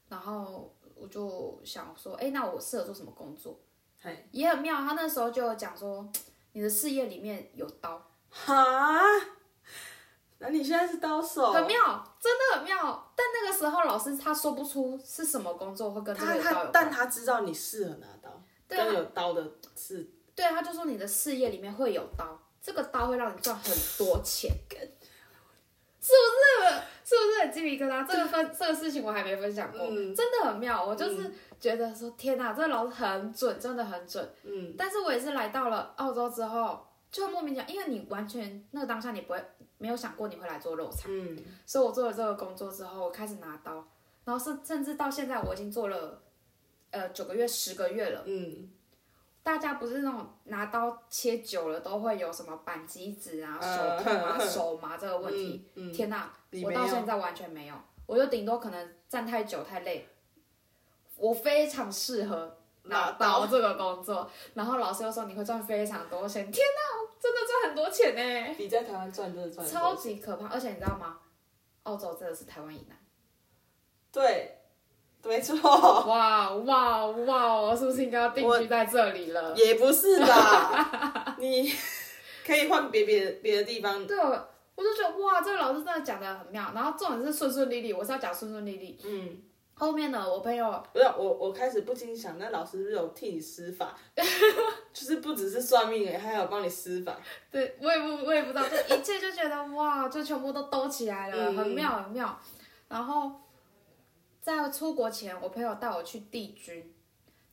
A: 然后我就想说，诶、那我适合做什么工作？
B: 嘿，
A: 也很妙，他那时候就有讲说，你的事业里面有刀，
B: 哈，那你现在是哦刀手？
A: 很妙，真的很妙。但那个时候老师他说不出是什么工作会跟这个
B: 他
A: 有刀
B: 他
A: 有，关
B: 但，他知道你适合拿刀，
A: 对啊
B: 跟有刀的是
A: 对，他就说你的事业里面 [laughs] 会有刀，这个刀会让你赚很多钱，是不是？是不是很鸡皮疙瘩？这个分这个事情我还没分享过，
B: 嗯
A: 真的很妙。我就是觉得说，天哪，这个老师很准，真的很准。
B: 嗯，
A: 但是我也是来到了澳洲之后，就很莫名其妙，因为你完全那个当下你不会没有想过你会来做肉菜，
B: 嗯，
A: 所以我做了这个工作之后，我开始拿刀，然后甚甚至到现在我已经做了呃九个月、十个月了。
B: 嗯，
A: 大家不是那种拿刀切久了都会有什么扳机指啊、
B: 呃
A: 手痛
B: [laughs]
A: 啊、手麻这个问题？
B: 嗯，嗯，
A: 天哪，
B: 你
A: 我
B: 没
A: 到
B: 有
A: 现在完全没有，我就顶多可能站太久太累。我非常适合拿
B: 拿
A: 刀
B: 刀
A: 这个工作，然后老师又说你会赚非常多钱，天哪，真的赚很多钱呢，
B: 比在台湾赚真的 [laughs] 赚得多
A: 超级可怕。而且你知道吗？澳洲真的是台湾以南，
B: 对，
A: [laughs]
B: 没错，
A: 哇哇哇！我是不是应该要定居在这里了？
B: 也不是啦，
A: [laughs]
B: 你 [laughs] 可以换别别别的地方，
A: 对，我我就觉得哇，这个老师真的讲的很妙。然后重点是顺顺利利，我是要讲顺顺利利。
B: 嗯，
A: 后面呢，我朋友
B: 不是我我开始不禁想，那老师是不是有替你施法？ [laughs] 就是不只是算命哎，还有帮你施法，
A: [laughs] 对我也不我也不知道，就一切就觉得哇，就全部都兜起来了，
B: 嗯
A: 很妙很妙。然后在出国前，我朋友带我去帝君，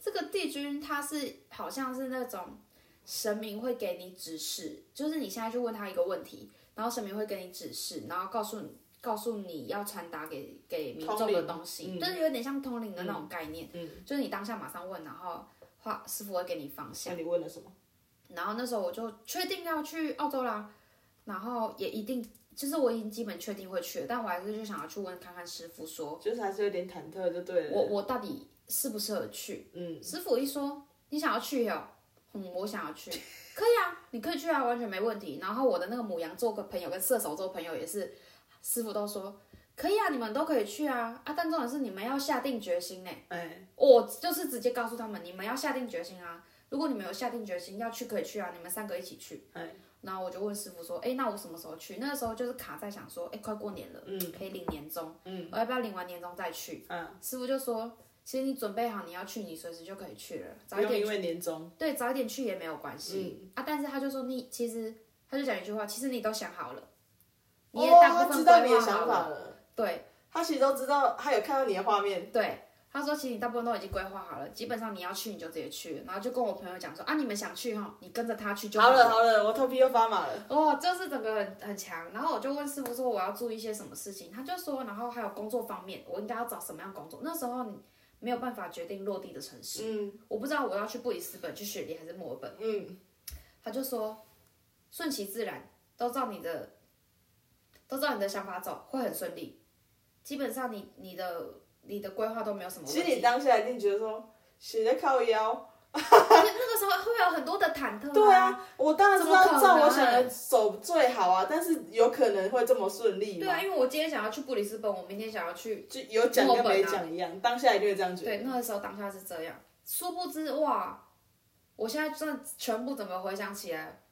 A: 这个帝君它是好像是那种神明会给你指示，就是你现在去问他一个问题，然后神明会给你指示，然后告诉你告诉你要传达给给民众
B: 通
A: 的
B: 灵
A: 东西，
B: 嗯
A: 就是有点像通灵的那种概念，
B: 嗯
A: 就是你当下马上问，然后话师傅会给你方向。
B: 那你问了什么？
A: 然后那时候我就确定要去澳洲啦，然后也一定，就是我已经基本确定会去了，但我还是就想要去问看看师傅说，
B: 就是还是有点忐忑，就对了。
A: 我我到底适不适合去？
B: 嗯，
A: 师傅一说你想要去哦，嗯，我想要去， [laughs] 可以啊，你可以去啊，完全没问题。然后我的那个母羊座的朋友跟射手座朋友也是，师傅都说可以啊，你们都可以去啊啊，但重点是你们要下定决心呢、
B: 哎，
A: 我就是直接告诉他们，你们要下定决心啊！如果你们有下定决心要去，可以去啊，你们三个一起去。
B: 哎，
A: 然后我就问师傅说，哎，那我什么时候去？那个时候就是卡在想说，哎，快过年了，
B: 嗯，
A: 可以领年终，
B: 嗯，
A: 我要不要领完年终再去？
B: 嗯，
A: 师傅就说，其实你准备好你要去，你随时就可以去了，早
B: 不
A: 一
B: 用嗯
A: 点
B: 因为年终，
A: 对，早一点去也没有关系、啊。但是他就说你其实，他就讲一句话，其实你都想好了，你也
B: 哦
A: 大部
B: 他
A: 分
B: 知
A: 规划
B: 道
A: 好
B: 你
A: 了，
B: 的想法了，
A: 对，
B: 他其实都知道，他有看到你的画面，
A: 对，他说其实你大部分都已经规划好了，基本上你要去你就直接去，然后就跟我朋友讲说啊，你们想去哈，你跟着他去就
B: 好
A: 了。
B: 了好了，我头皮又发麻了。
A: 哦，就是整个很很强，然后我就问师傅说我要注意些什么事情，他就说，然后还有工作方面，我应该要找什么样的工作。那时候你没有办法决定落地的城市，
B: 嗯
A: 我不知道我要去布里斯本、去雪梨还是墨尔本，
B: 嗯，
A: 他就说顺其自然，都照你的，都照你的想法走，会很顺利。基本上你你的你的规划都没有什么问
B: 其
A: 题。
B: 实你当下一定觉得说，谁在靠腰？
A: 那那个时候会有很多的忐忑、
B: 对，啊，我当然知
A: 怎么可
B: 道
A: 能
B: 照我想的走最好啊，但是有可能会这么顺利
A: 对
B: 吗？
A: 啊，因为我今天想要去布里斯本，我明天想要去，
B: 就有讲跟没讲一样，当下一定会这样觉
A: 对，
B: 得。
A: 那个时候当下是这样。殊不知哇，我现在真的全部整个回想起来，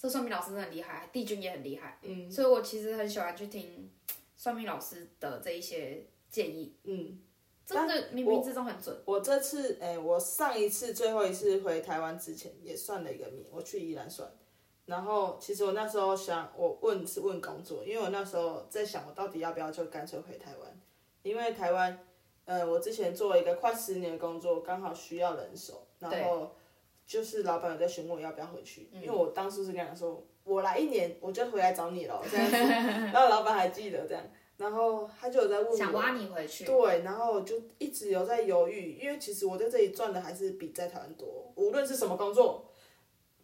A: 这算命老师真的很厉害，帝君也很厉害，
B: 嗯
A: 所以我其实很喜欢去听算命老师的这一些建议，
B: 嗯，
A: 真的冥冥之中很准。
B: 我这次，哎、我上一次最后一次回台湾之前也算了一个命，我去宜兰算。然后其实我那时候想，我问是问工作，因为我那时候在想，我到底要不要就干脆回台湾，因为台湾，呃，我之前做了一个快十年的工作，刚好需要人手，然后就是老板有在询问我要不要回去，因为我当初是跟他说，我来一年我就回来找你了，这样子，然后老板还记得这样，然后他就有在问我，哦
A: 想挖你回去，
B: 对，然后我就一直有在犹豫，因为其实我在这里赚的还是比在台湾多，无论是什么工作，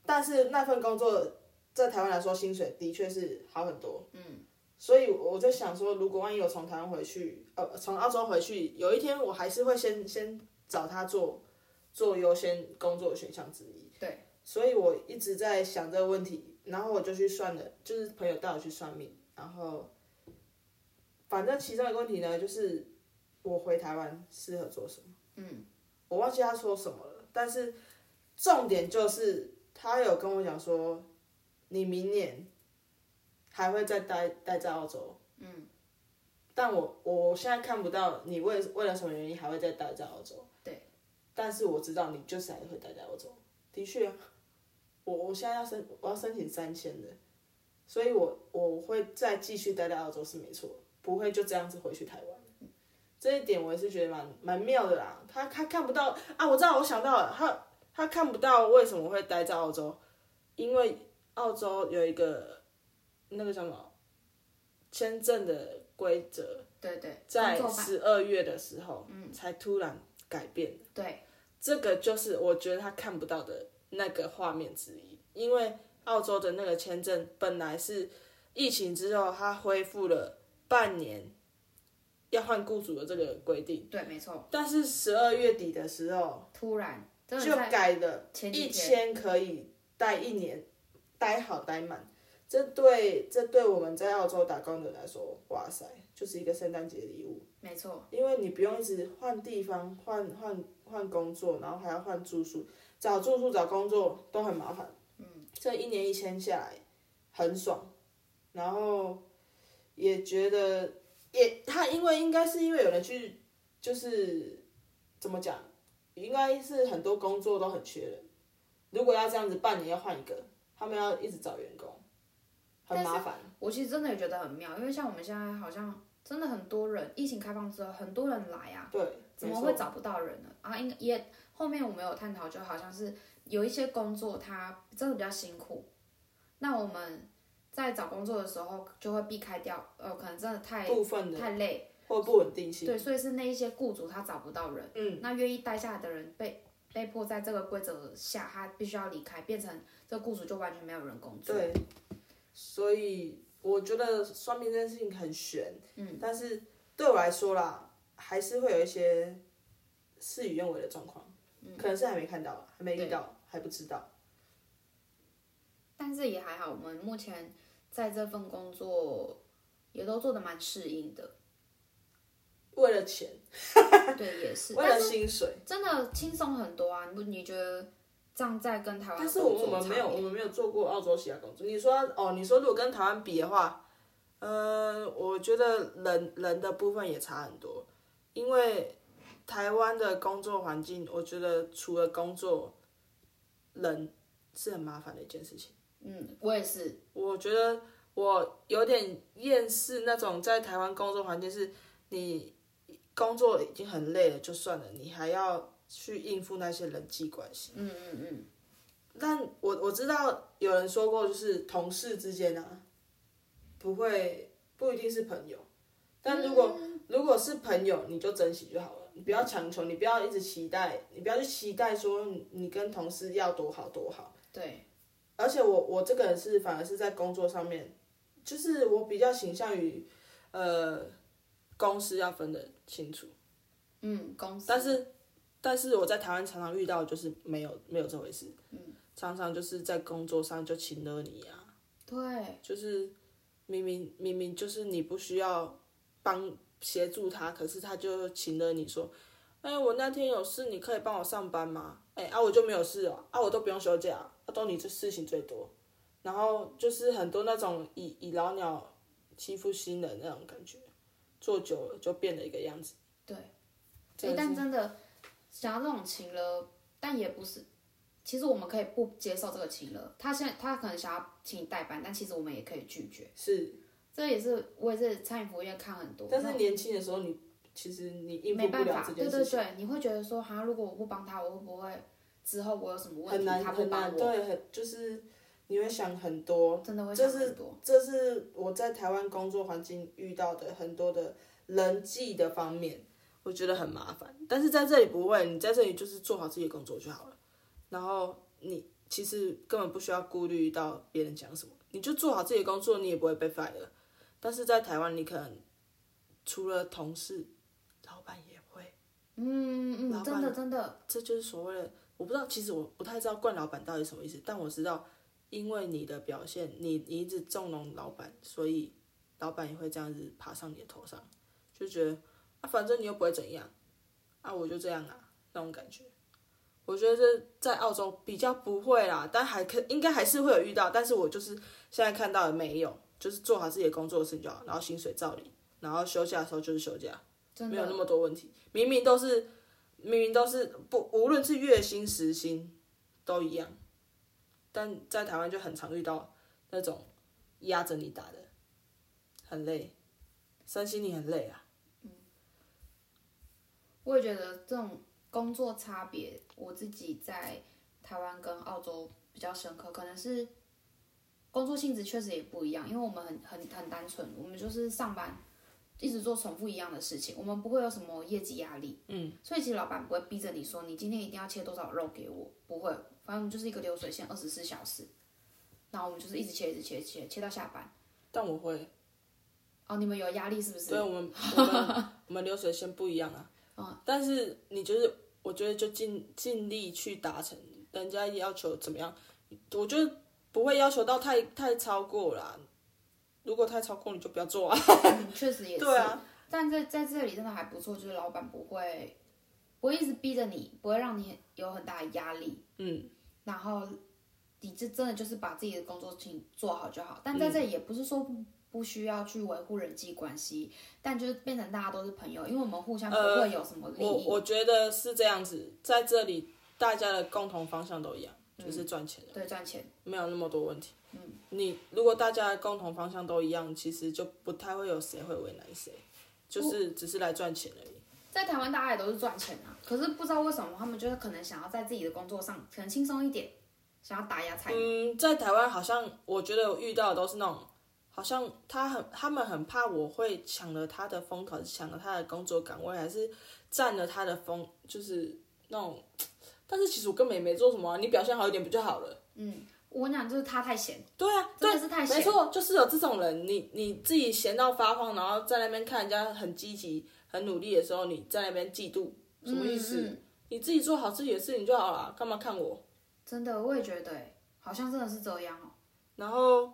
B: 但是那份工作在台湾来说薪水的确是好很多。嗯，所以我在想说，如果万一我从台湾回去，呃，从澳洲回去，有一天我还是会先先找他做做优先工作的选项之一。
A: 对，
B: 所以我一直在想这个问题，然后我就去算了，就是朋友带我去算命，然后反正其中一个问题呢，就是我回台湾适合做什么。嗯，我忘记他说什么了，但是重点就是他有跟我讲说，你明年还会再待待在澳洲。嗯，但我我现在看不到你为为了什么原因还会再待在澳洲。
A: 对，
B: 但是我知道你就是还会待在澳洲。的确、啊，我我现在要申我要申请三千的，所以我我会再继续待在澳洲是没错。不会就这样子回去台湾。这一点我也是觉得蛮蛮妙的啦。他他看不到啊，我知道，我想到了，他他看不到为什么会待在澳洲，因为澳洲有一个那个叫什么签证的规则，
A: 对对，
B: 在
A: 工作吧嗯
B: 十二月的时候，才突然改变。
A: 对
B: 这个就是我觉得他看不到的那个画面之一，因为澳洲的那个签证本来是疫情之后，它恢复了半年要换雇主的这个规定，
A: 对，没错，
B: 但是十二月底的时候
A: 突然真的
B: 就
A: 在
B: 改了，
A: 前几
B: 一
A: 天
B: 千可以待一年，待好待满。这对这对我们在澳洲打工的来说，哇塞，就是一个圣诞节礼物。
A: 没错，
B: 因为你不用一直换地方、换换换工作，然后还要换住宿，找住宿、找工作都很麻烦。嗯，这一年一签下来，很爽，然后也觉得也他因为应该是因为有人去，就是怎么讲，应该是很多工作都很缺人。如果要这样子半年要换一个，他们要一直找员工，很麻烦。
A: 我其实真的也觉得很妙，因为像我们现在好像真的很多人，疫情开放之后很多人来啊，
B: 对，
A: 怎么
B: 没错
A: 会找不到人呢？啊，应该也后面我们有探讨，就好像是有一些工作它真的比较辛苦，那我们在找工作的时候就会避开掉，呃，可能真的太
B: 部分的
A: 太累，
B: 或不稳定性？
A: 对，所以是那一些雇主他找不到人，
B: 嗯，
A: 那愿意待下来的人被被迫在这个规则下，他必须要离开，变成这个雇主就完全没有人工作，
B: 对，所以我觉得算命这件事情很玄，嗯，但是对我来说啦，还是会有一些事与愿违的状况，嗯，可能是还没看到，还没遇到，还不知道，
A: 但是也还好，我们目前在这份工作也都做的蛮适应的，
B: 为了钱，
A: 对，也
B: [laughs]
A: 是，
B: 为了
A: 但是
B: 薪水，
A: 真的轻松很多啊！你不你觉得这样在跟台湾
B: 但
A: 的
B: 是
A: 工
B: 我们
A: 作
B: 我们
A: 差
B: 没有
A: 别
B: 我们没有做过澳洲其他工作，你说哦，你说如果跟台湾比的话，嗯、我觉得人人的部分也差很多，因为台湾的工作环境，我觉得除了工作，人是很麻烦的一件事情。
A: 嗯，我也是，
B: 我觉得我有点厌世那种在台湾工作环境，是你工作已经很累了就算了，你还要去应付那些人际关系。
A: 嗯嗯嗯，
B: 但我我知道有人说过，就是同事之间啊，不会不一定是朋友，但如果、
A: 嗯
B: 如果是朋友，你就珍惜就好了，你不要强求，你不要一直期待，你不要去期待说你你跟同事要多好多好。
A: 对，
B: 而且我我这个人是反而是在工作上面，就是我比较倾向于，呃，公司要分得清楚，
A: 嗯，公司，
B: 但是但是我在台湾常常遇到就是没有没有这回事，嗯，常常就是在工作上就请了你啊，
A: 对
B: 就是明明明明就是你不需要帮协助他，可是他就请了你说，哎，我那天有事，你可以帮我上班吗？哎啊，我就没有事哦，啊，我都不用休假，啊，都你这事情最多。然后就是很多那种以以老鸟欺负新人那种感觉，做久了就变了一个样子。
A: 对，
B: 真
A: 诶
B: 的
A: 但
B: 是
A: 真的想要这种情了，但也不是。其实我们可以不接受这个情了，他现在他可能想要请你代班，但其实我们也可以拒绝。
B: 是，
A: 这也是我也是餐饮服务业看很多，
B: 但
A: 那
B: 是年轻的时候你其实你应付
A: 没
B: 不
A: 办
B: 了
A: 法，
B: 这
A: 对
B: 件
A: 对
B: 事情，
A: 对，你会觉得说，哈，如果我不帮他，我会不会之后我有什么问
B: 很
A: 题，
B: 难
A: 他不
B: 很
A: 帮
B: 难，
A: 我，
B: 对，很就是你会想很多，
A: 真的会
B: 这
A: 想
B: 是
A: 很多。
B: 这是我在台湾工作环境遇到的很多的人际的方面，我觉得很麻烦。但是在这里不会，你在这里就是做好自己的工作就好了。然后你其实根本不需要顾虑到别人讲什么，你就做好自己的工作，你也不会被 fire。但是在台湾，你可能除了同事，老板也会，
A: 嗯
B: 老
A: 嗯，
B: 板
A: 真的真的，
B: 这就是所谓的我不知道，其实我不太知道惯老板到底什么意思，但我知道，因为你的表现，你你一直纵容老板，所以老板也会这样子爬上你的头上，就觉得啊，反正你又不会怎样，啊，我就这样啊，那种感觉。我觉得这在澳洲比较不会啦，但还可应该还是会有遇到，但是我就是现在看到的没有，就是做好自己的工作的事情就好，然后薪水照领，然后休假的时候就是休假，
A: 真
B: 没有那
A: 的
B: 么多问题。明明都是，明明都是不，无论是月薪、时薪都一样，但在台湾就很常遇到那种压着你打的，很累。身心灵很累啊。
A: 我也觉得这种工作差别，我自己在台湾跟澳洲比较深刻，可能是工作性质确实也不一样，因为我们很很很单纯，我们就是上班一直做重复一样的事情，我们不会有什么业绩压力，嗯，所以其实老板不会逼着你说你今天一定要切多少肉给我，不会，反正我们就是一个流水线，二十四小时，然后我们就是一直切，一直切，切切到下班。
B: 但我会，
A: 哦，你们有压力是不是？
B: 对我 [laughs] 们我们我们流水线不一样啊。但是你就是，我觉得就尽尽力去达成人家要求怎么样，我觉得不会要求到太太超过啦。如果太超过，你就不要做啊。
A: 嗯确实也是。
B: [laughs] 对啊，
A: 但在在这里真的还不错，就是老板不会不会一直逼着你，不会让你有很大的压力，
B: 嗯，
A: 然后你这真的就是把自己的工作情做好就好。但在这里也不是说不。不需要去维护人际关系，但就是变成大家都是朋友，因为我们互相不会有什么利
B: 我
A: 益。
B: 呃我觉得是这样子，在这里大家的共同方向都一样，就是赚钱，
A: 对，赚钱
B: 没有那么多问题。嗯，你如果大家的共同方向都一样，其实就不太会有谁会为难谁，就是只是来赚钱而已。
A: 在台湾大家也都是赚钱啊，可是不知道为什么他们就是可能想要在自己的工作上可能轻松一点，想要打压菜。
B: 嗯，在台湾好像我觉得我遇到的都是那种，好像他很他们很怕我会抢了他的风头，还是抢了他的工作岗位，还是占了他的风，就是那种。但是其实我根本也没做什么啊、你表现好一点不就好了？
A: 嗯，我跟你讲，就是他太闲，
B: 对啊，
A: 真的是太闲
B: 没错，就是有这种人，你你自己闲到发慌，然后在那边看人家很积极、很努力的时候，你在那边嫉妒，什么意思？
A: 嗯嗯
B: 你自己做好自己的事情就好了，干嘛看我？
A: 真的，我也觉得、欸，好像真的是这样哦、
B: 然后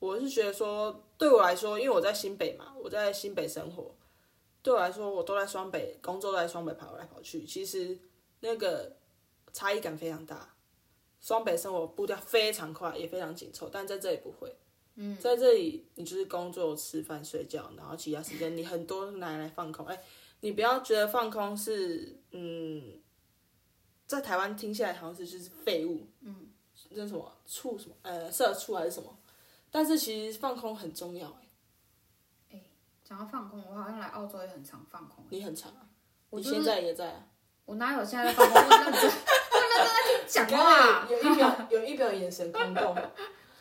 B: 我是觉得说，对我来说，因为我在新北嘛，我在新北生活，对我来说，我都在双北工作，都在双北跑来跑去，其实那个差异感非常大。双北生活步调非常快，也非常紧凑，但在这里不会。嗯，在这里你就是工作、吃饭、睡觉，然后其他时间你很多拿来放空。哎、你不要觉得放空是嗯，在台湾听下来好像是就是废物，那什么醋什么呃社畜还是什么，但是其实放空很重要、欸，
A: 想要放空，我好像来澳洲也很常放空。
B: 你很长啊，
A: 我
B: 你
A: 就是
B: 现在也在、啊，
A: 我哪有现在在放空？ [laughs] 我认真，我认真在听你讲话。啊
B: 有一表 [laughs] 有一表眼神空洞，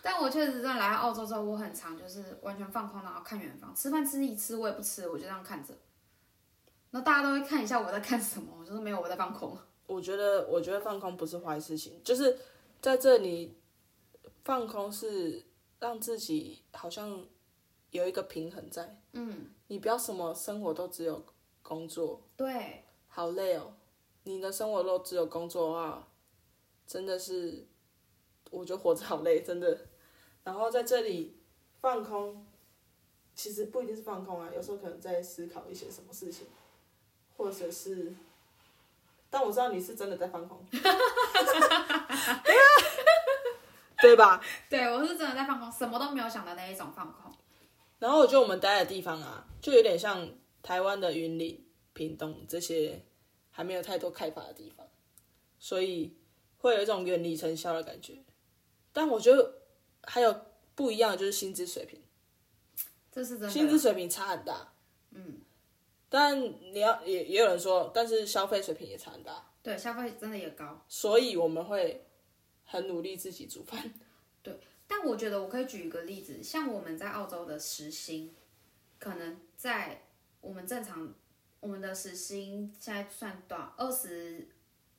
A: 但我确实真的来到澳洲之后，我很常就是完全放空，然后看远方，吃饭吃一吃，我也不吃，我就这样看着。然后大家都会看一下我在看什么，我就说没有，我在放空。
B: 我觉得我觉得放空不是坏事情，就是在这里放空是让自己好像有一个平衡在，嗯，你不要什么生活都只有工作，
A: 对，
B: 好累哦。你的生活都只有工作的话，真的是，我觉得活着好累，真的。然后在这里放空，其实不一定是放空啊，有时候可能在思考一些什么事情，或者是，但我知道你是真的在放空， [laughs] 对吧？
A: [laughs] 对我是真的在放空，什么都没有想的那一种放空。
B: 然后我觉得我们待的地方啊，就有点像台湾的云林、屏东这些还没有太多开发的地方，所以会有一种远离尘嚣的感觉。但我觉得还有不一样的就是薪资水平，
A: 这是真的。
B: 薪资水平差很大。嗯，但你要也也有人说，但是消费水平也差很大，
A: 对，消费真的也高。
B: 所以我们会很努力自己煮饭。
A: 但我觉得我可以举一个例子，像我们在澳洲的时薪，可能在我们正常我们的时薪现在算多少？二十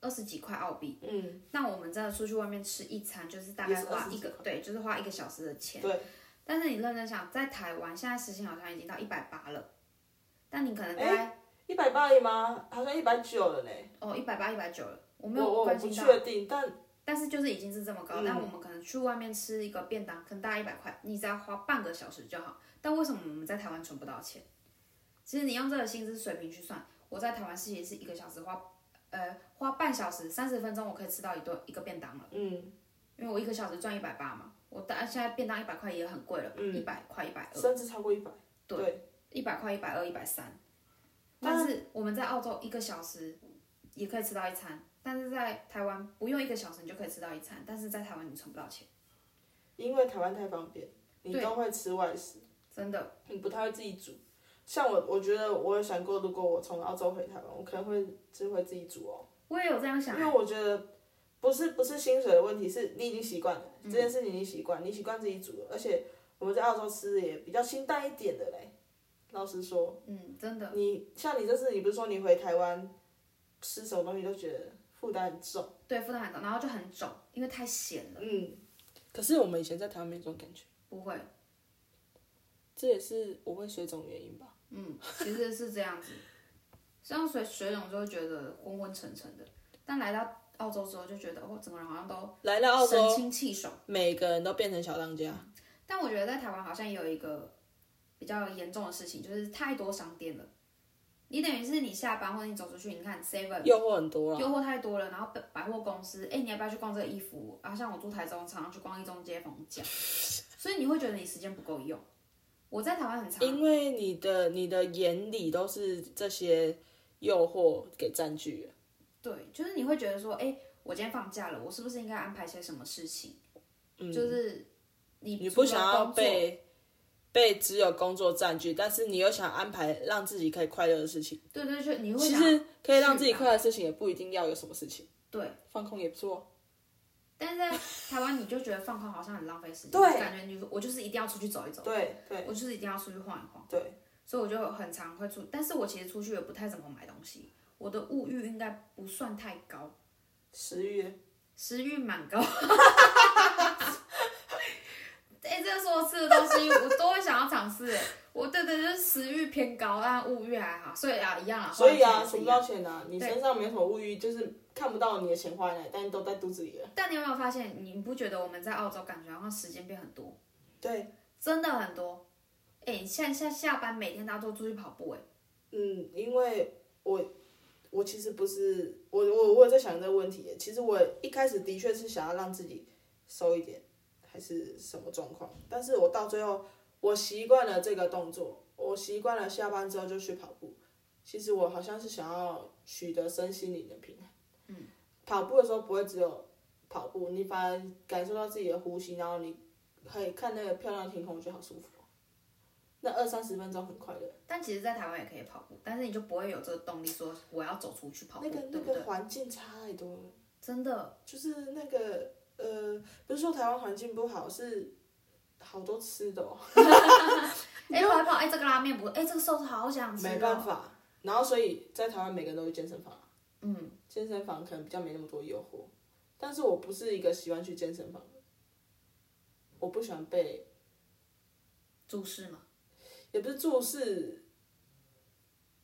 A: 二十几块澳币。嗯，那我们真的出去外面吃一餐，就是大
B: 也
A: 概
B: 是
A: 花
B: 20
A: 一个对，就是花一个小时的钱。
B: 对，
A: 但是你认真想，在台湾现在时薪好像已经到一百八了，但你可能在、
B: 一百八而已吗？好像一百九了呢。
A: 哦一百八一百九了，我
B: 我
A: 没有
B: 我
A: 关
B: 不
A: 心到。
B: 确定，但
A: 但是就是已经是这么高，但我们可能去外面吃一个便当，可能大概一百块，你只要花半个小时就好。但为什么我们在台湾存不到钱？其实你用这个薪资水平去算，我在台湾其实是一个小时花，呃，花半小时三十分钟，我可以吃到一顿一个便当了，
B: 嗯。
A: 因为我一个小时赚一百八嘛，我大现在便当一百块也很贵了，一百块一百二，
B: 甚至超过一百。对，
A: 一百块一百二一百三，但是我们在澳洲一个小时也可以吃到一餐，但是在台湾不用一个小时你就可以吃到一餐，但是在台湾你存不到钱。
B: 因为台湾太方便，你都会吃外食，
A: 真的，
B: 你不太会自己煮，像我，我觉得我有想过，如果我从澳洲回台湾，我可能会就会自己煮哦，
A: 我也有这样想
B: 因为我觉得不是不是薪水的问题，是你已经习惯了、
A: 嗯
B: 这件事情，你习惯，你习惯自己煮了，而且我们在澳洲吃的也比较清淡一点的嘞。老实说，
A: 嗯，真的，
B: 你像你这次，你不是说你回台湾吃什么东西都觉得负担很重？
A: 对，负担很重，然后就很肿，因为太咸了。
B: 嗯，可是我们以前在台湾没这种感觉，
A: 不会，
B: 这也是我会水肿原因吧。
A: 嗯，其实是这样子。 [laughs] 虽然水水肿就会觉得昏昏沉沉的，但来到澳洲之后就觉得，哦，整个人好像都
B: 来到澳洲，
A: 神清气爽。
B: 每个人都变成小当家。
A: 但我觉得在台湾好像也有一个比较严重的事情，就是太多商店了。你等于是你下班或者你走出去，你看 Seven。
B: 诱惑很多啊了。
A: 诱惑太多了，然后百百货公司，哎、你要不要去逛这个衣服？啊，像我住台中，常常去逛一中街逢甲，所以你会觉得你时间不够用。我在台湾很长，
B: 因为你的你的眼里都是这些诱惑给占据了。
A: 对，就是你会觉得说，哎、我今天放假了，我是不是应该安排些什么事情？就是你
B: 嗯你
A: 除
B: 不
A: 了
B: 想要
A: 工作
B: 被被只有工作占据，但是你又想安排让自己可以快乐的事情。
A: 对对对，啊你会
B: 其
A: 想
B: 实可以让自己
A: 去
B: 快乐的事情，也不一定要有什么事情，
A: 对，
B: 放空也不错。
A: 但是在台湾你就觉得放空好像很浪费时间，
B: 对
A: 就感觉你我就是一定要出去走一走，
B: 对对
A: 我就是一定要出去晃一晃，
B: 对，
A: 所以我就很常会出，但是我其实出去也不太怎么买东西，我的物欲应该不算太高。
B: 食欲
A: 食欲蛮高。 [laughs] 哎、这个说吃的东西我都会想要尝试。哎我对对，就是食欲偏高，但物欲还好，所以啊，一样啊。
B: 所以啊，
A: 花钱也是一
B: 存不
A: 样
B: 到钱啊，你身上没什么物欲，就是看不到你的钱花在哪，但都在肚子里了。
A: 但你有没有发现，你不觉得我们在澳洲感觉好像时间变很多，
B: 对，
A: 真的很多？哎、你现在现在下班每天大家都出去跑步、哎，
B: 嗯，因为我我其实不是我我我有在想这个问题耶，其实我一开始的确是想要让自己瘦一点，还是什么状况，但是我到最后我习惯了这个动作，我习惯了下班之后就去跑步。其实我好像是想要取得身心灵的平衡。嗯，跑步的时候不会只有跑步，你反而感受到自己的呼吸，然后你可以看那个漂亮的天空，我觉得好舒服哦。那二三十分钟很快乐。
A: 但其实，在台湾也可以跑步，但是你就不会有这个动力说我要走出去跑步，
B: 那个
A: 对
B: 那
A: 不对？
B: 个环境差太多了，
A: 真的，
B: 就是那个呃，不是说台湾环境不好，是好多吃的、哦，
A: 哎、跑一跑，哎、这个拉面不，哎、这个寿司好想吃、哦，
B: 没办法。然后所以在台湾每个人都去健身房，嗯，健身房可能比较没那么多诱惑，但是我不是一个喜欢去健身房的人，我不喜欢被，
A: 注视嘛，
B: 也不是注视，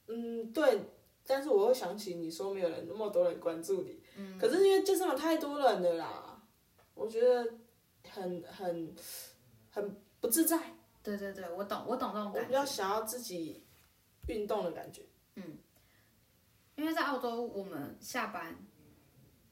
B: 嗯，对。但是我会想起你说没有人那么多人关注你，嗯、可是因为健身房太多人了啦，我觉得很很很不自在。
A: 对对对，我懂，我懂这种
B: 我
A: 感
B: 比
A: 觉。
B: 较想要自己运动的感觉。
A: 因为在澳洲，我们下班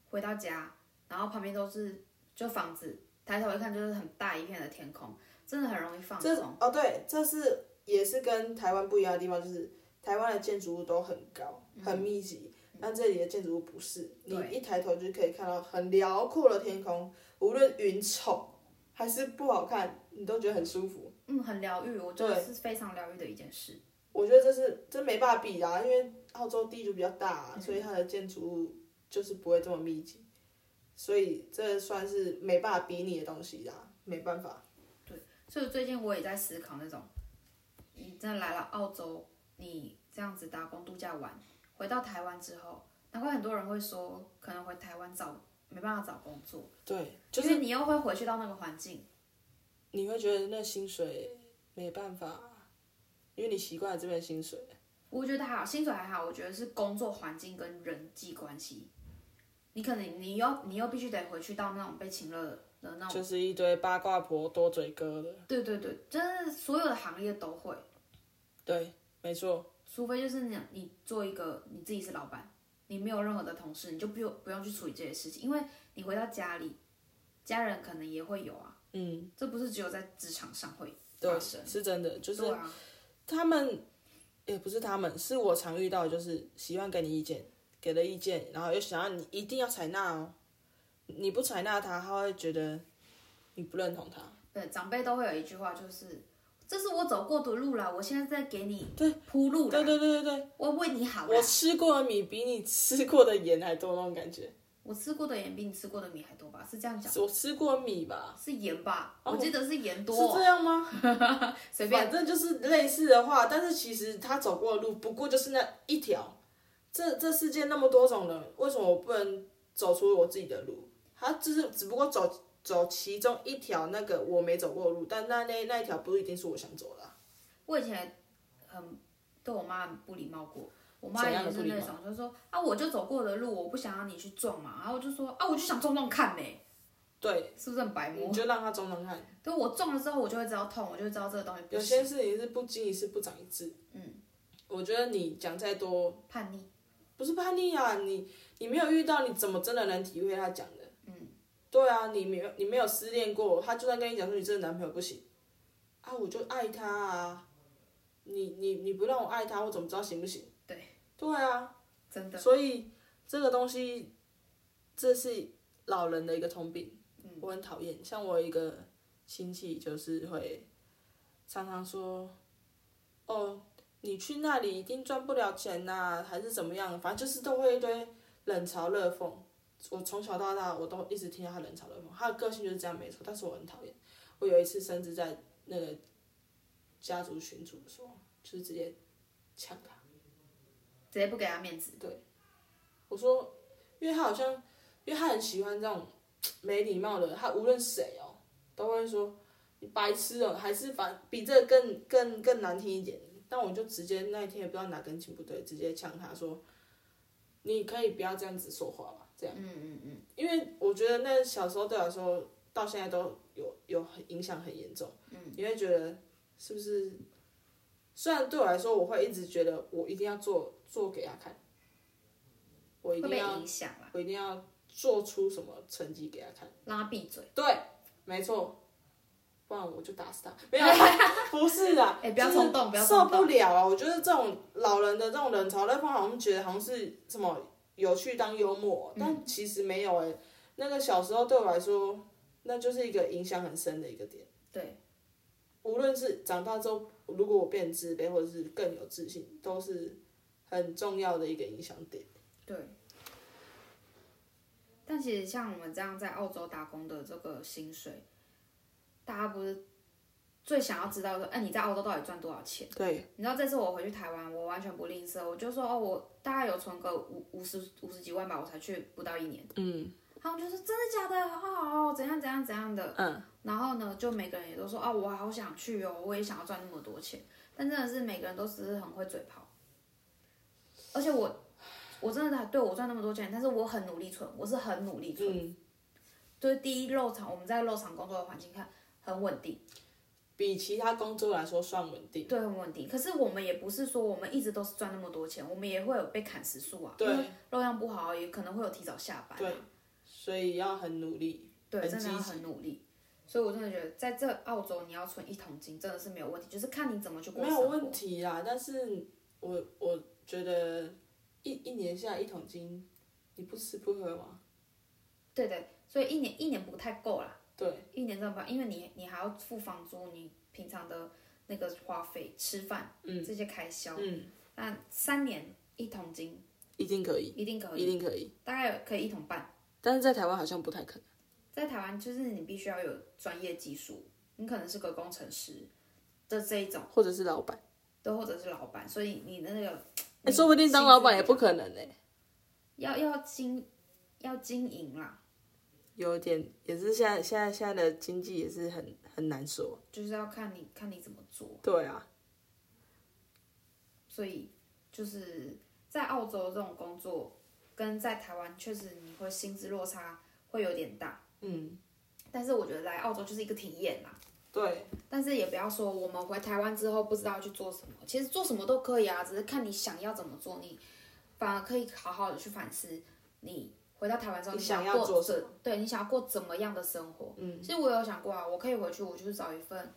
A: 回到家，然后旁边都是就房子，抬头一看就是很大一片的天空，真的很容易放
B: 这
A: 松。
B: 哦，对，这是也是跟台湾不一样的地方，就是台湾的建筑物都很高、很密集，但这里的建筑物不是，你
A: 嗯对
B: 一抬头就可以看到很辽阔的天空，无论云丑还是不好看，你都觉得很舒服。
A: 嗯，很疗愈，我觉得是非常疗愈的一件事。
B: 我觉得这是这没办法比啦，因为澳洲地就比较大、啊
A: 嗯
B: 所以它的建筑物就是不会这么密集，所以这算是没办法比拟的东西啦，没办法。
A: 所以最近我也在思考那种，你真的来了澳洲，你这样子打工度假玩，回到台湾之后，难怪很多人会说，可能回台湾找没办法找工作，
B: 对，就
A: 因为你又会回去到那个环境。
B: 你会觉得那薪水没办法，因为你习惯了这边的薪水。
A: 我觉得还好，薪水还好，我觉得是工作环境跟人际关系。你可能你又你又必须得回去到那种被请了的嗯那种，
B: 就是一堆八卦婆、多嘴哥的。
A: 对对对，就是所有的行业都会，
B: 对，没错，
A: 除非就是你你做一个你自己是老板，你没有任何的同事，你就不用不用去处理这些事情，因为你回到家里，家人可能也会有啊，
B: 嗯，
A: 这不是只有在职场上会
B: 对
A: 发，生，
B: 是真的，就是
A: 对啊，
B: 他们也不是他们，是我常遇到的，就是喜欢给你意见，给了意见，然后又想要你一定要采纳哦，你不采纳他，他会觉得你不认同他。
A: 对长辈都会有一句话，就是这是我走过的路啦，我现在在给你
B: 对
A: 铺路啦，
B: 对对对对对，
A: 我为你好啦
B: 我。吃过的米比你吃过的盐还多那种感觉，
A: 我吃过的盐比你吃过的米还多吧？是这样讲？
B: 我吃过米吧？
A: 是盐吧？
B: 哦
A: 我记得是盐
B: 是
A: 多哦
B: 这，样吗？
A: 随便。
B: 反正就是类似的话，但是其实他走过的路不过就是那一条。这这世界那么多种人，为什么我不能走出我自己的路？他就是只不过走走其中一条那个我没走过的路，但那那那一条不一定是我想走的啊、
A: 我以前很对我妈很不礼貌过，我妈
B: 怎
A: 也
B: 样的
A: 是
B: 不礼
A: 那种，就是说啊，我就走过的路，我不想让你去撞嘛，然后我就说啊，我就想撞撞看呗，
B: 对，
A: 是不是很白目？
B: 你就让他撞撞看。
A: 对我撞了之后，我就会知道痛，我就会知道这个东西不
B: 有
A: 行，
B: 些事情是不经一事不长一智。嗯，我觉得你讲再多
A: 叛逆。
B: 不是叛逆啊，你你没有遇到，你怎么真的能体会他讲的？嗯，对啊，你没有你没有失恋过，他就算跟你讲说你这个男朋友不行，啊，我就爱他啊，你你你不让我爱他，我怎么知道行不行？
A: 对，
B: 对啊，
A: 真的，
B: 所以这个东西，这是老人的一个通病，
A: 嗯
B: 我很讨厌。像我有一个亲戚，就是会常常说：“哦，你去那里一定赚不了钱呐、还是怎么样？”反正就是都会一堆冷嘲热讽。我从小到大，我都一直听到他冷嘲热讽，他的个性就是这样，没错。但是我很讨厌。我有一次甚至在那个家族群组的时候，就是直接呛他。
A: 直接不给他面子。
B: 我说，因为他好像，因为他很喜欢这种没礼貌的，他无论谁哦，都会说你白痴哦，还是反比这个更更更难听一点。但我就直接那一天也不知道哪根筋不对，直接呛他说，你可以不要这样子说话吧，这样。嗯嗯嗯。因为我觉得那小时候对我来说，到现在都有有很影响很严重。嗯。你会觉得是不是？虽然对我来说，我会一直觉得我一定要做做给他看，我一
A: 会
B: 定
A: 被
B: 要
A: 影响啦，
B: 我一定要做出什么成绩给他看。
A: 让他闭嘴。
B: 对，没错，不然我就打死他。没有啦，不是啊，
A: [laughs] 哎不要
B: 就是
A: 冲动不要冲
B: 受
A: 动
B: 不了啊！我觉得这种老人的这种冷嘲热讽，好像觉得好像是什么有趣当幽默，
A: 嗯
B: 但其实没有哎、那个小时候对我来说，那就是一个影响很深的一个点。
A: 对，
B: 无论是长大之后，如果我变自卑，或者是更有自信，都是很重要的一个影响点。
A: 对。但其实像我们这样在澳洲打工的这个薪水，大家不是最想要知道说，哎、你在澳洲到底赚多少钱？
B: 对，
A: 你知道这次我回去台湾，我完全不吝啬，我就说哦，我大概有存个五五十五十几万吧，我才去不到一年。嗯，他们就说真的假的，好好好，怎样怎样怎样的。嗯，然后呢，就每个人也都说啊、我好想去哦，我也想要赚那么多钱。但真的是每个人都只是很会嘴炮，而且我我真的对我赚那么多钱，但是我很努力存，我是很努力存。
B: 嗯，
A: 就是第一肉场，我们在肉场工作的环境看很稳定。
B: 比其他工作来说算稳定。
A: 对，很稳定。可是我们也不是说我们一直都是赚那么多钱，我们也会有被砍时速啊，
B: 对，
A: 肉量不好，也可能会有提早下班、啊。
B: 对所以要很努力。
A: 对，
B: 很
A: 真的要
B: 积
A: 很努力。所以我真的觉得，在这澳洲你要存一桶金真的是没有问题，就是看你怎么去过
B: 没
A: 生
B: 有
A: 活。
B: 问题啦，但是我我觉得一一年下来一桶金，你不吃不喝吗？
A: 对对，所以一年一年不太够啦，
B: 对，
A: 一年这么办，因为你你还要付房租，你平常的那个花费、吃饭，嗯，这些开销，
B: 嗯，
A: 那三年一桶金
B: 一定可以，
A: 一定可以，
B: 一定可以。
A: 大概可以一桶半。
B: 但是在台湾好像不太可能。
A: 在台湾，就是你必须要有专业技术，你可能是个工程师的这一种，
B: 或者是老板，
A: 都或者是老板，所以你的那个
B: 哎、说不定当老板也不
A: 薪
B: 可能呢、
A: 资要要经要经营啦，
B: 有点也是现在现在现在的经济也是很很难说。
A: 就是要看你看你怎么做。
B: 对啊，
A: 所以就是在澳洲这种工作，跟在台湾确实你会薪资落差会有点大，
B: 嗯，
A: 但是我觉得来澳洲就是一个体验啦。
B: 对，
A: 但是也不要说我们回台湾之后不知道去做什么，其实做什么都可以啊，只是看你想要怎么做，你反而可以好好的去反思你回到台湾之后
B: 你想
A: 要
B: 要
A: 过
B: 做什
A: 怎，对你想要过怎么样的生活。嗯，其实我有想过啊，我可以回去，我就是找一份，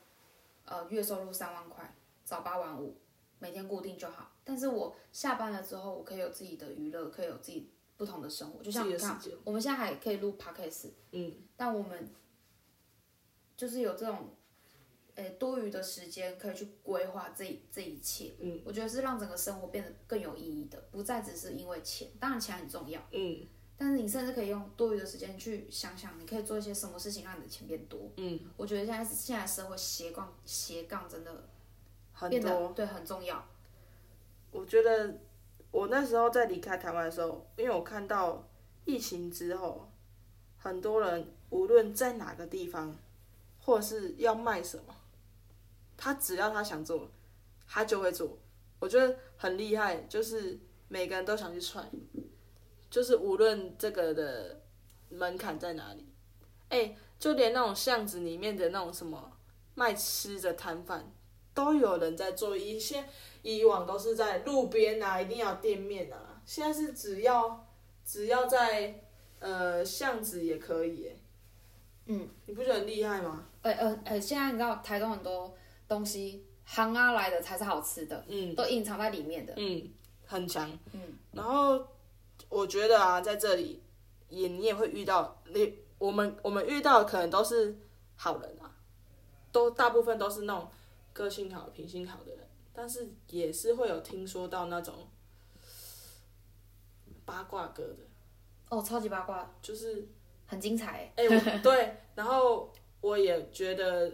A: 呃，月收入三万块，早八晚五，每天固定就好。但是我下班了之后，我可以有自己的娱乐，可以有自己不同的生活，就像
B: 自
A: 你
B: 己的
A: 看
B: 时间，
A: 我们现在还可以录 podcast，
B: 嗯，
A: 但我们就是有这种呃多余的时间可以去规划这一这一切。嗯，我觉得是让整个生活变得更有意义的，不再只是因为钱，当然钱很重要，
B: 嗯
A: 但是你甚至可以用多余的时间去想想，你可以做一些什么事情让你的钱变多。
B: 嗯，
A: 我觉得现在是现在社会斜杠斜杠真的
B: 很
A: 变
B: 多。
A: 得对很重要。
B: 我觉得我那时候在离开台湾的时候，因为我看到疫情之后，很多人无论在哪个地方，或者是要卖什么，他只要他想做，他就会做。我觉得很厉害，就是每个人都想去踹，就是无论这个的门槛在哪里，哎、就连那种巷子里面的那种什么卖吃的摊贩，都有人在做一些以往都是在路边啊，一定要有店面啊，现在是只要只要在呃巷子也可以、欸，嗯，你不觉得很厉害吗？
A: 呃呃呃，现在你知道台东很多东西行啊来的才是好吃的，
B: 嗯
A: 都隐藏在里面的。
B: 嗯，很强，
A: 嗯，
B: 然后我觉得啊，在这里也你也会遇到你我们我们遇到的可能都是好人啊，都大部分都是那种个性好、品性好的人，但是也是会有听说到那种八卦哥的。
A: 哦，超级八卦，
B: 就是
A: 很精彩欸。
B: 哎、我对，然后我也觉得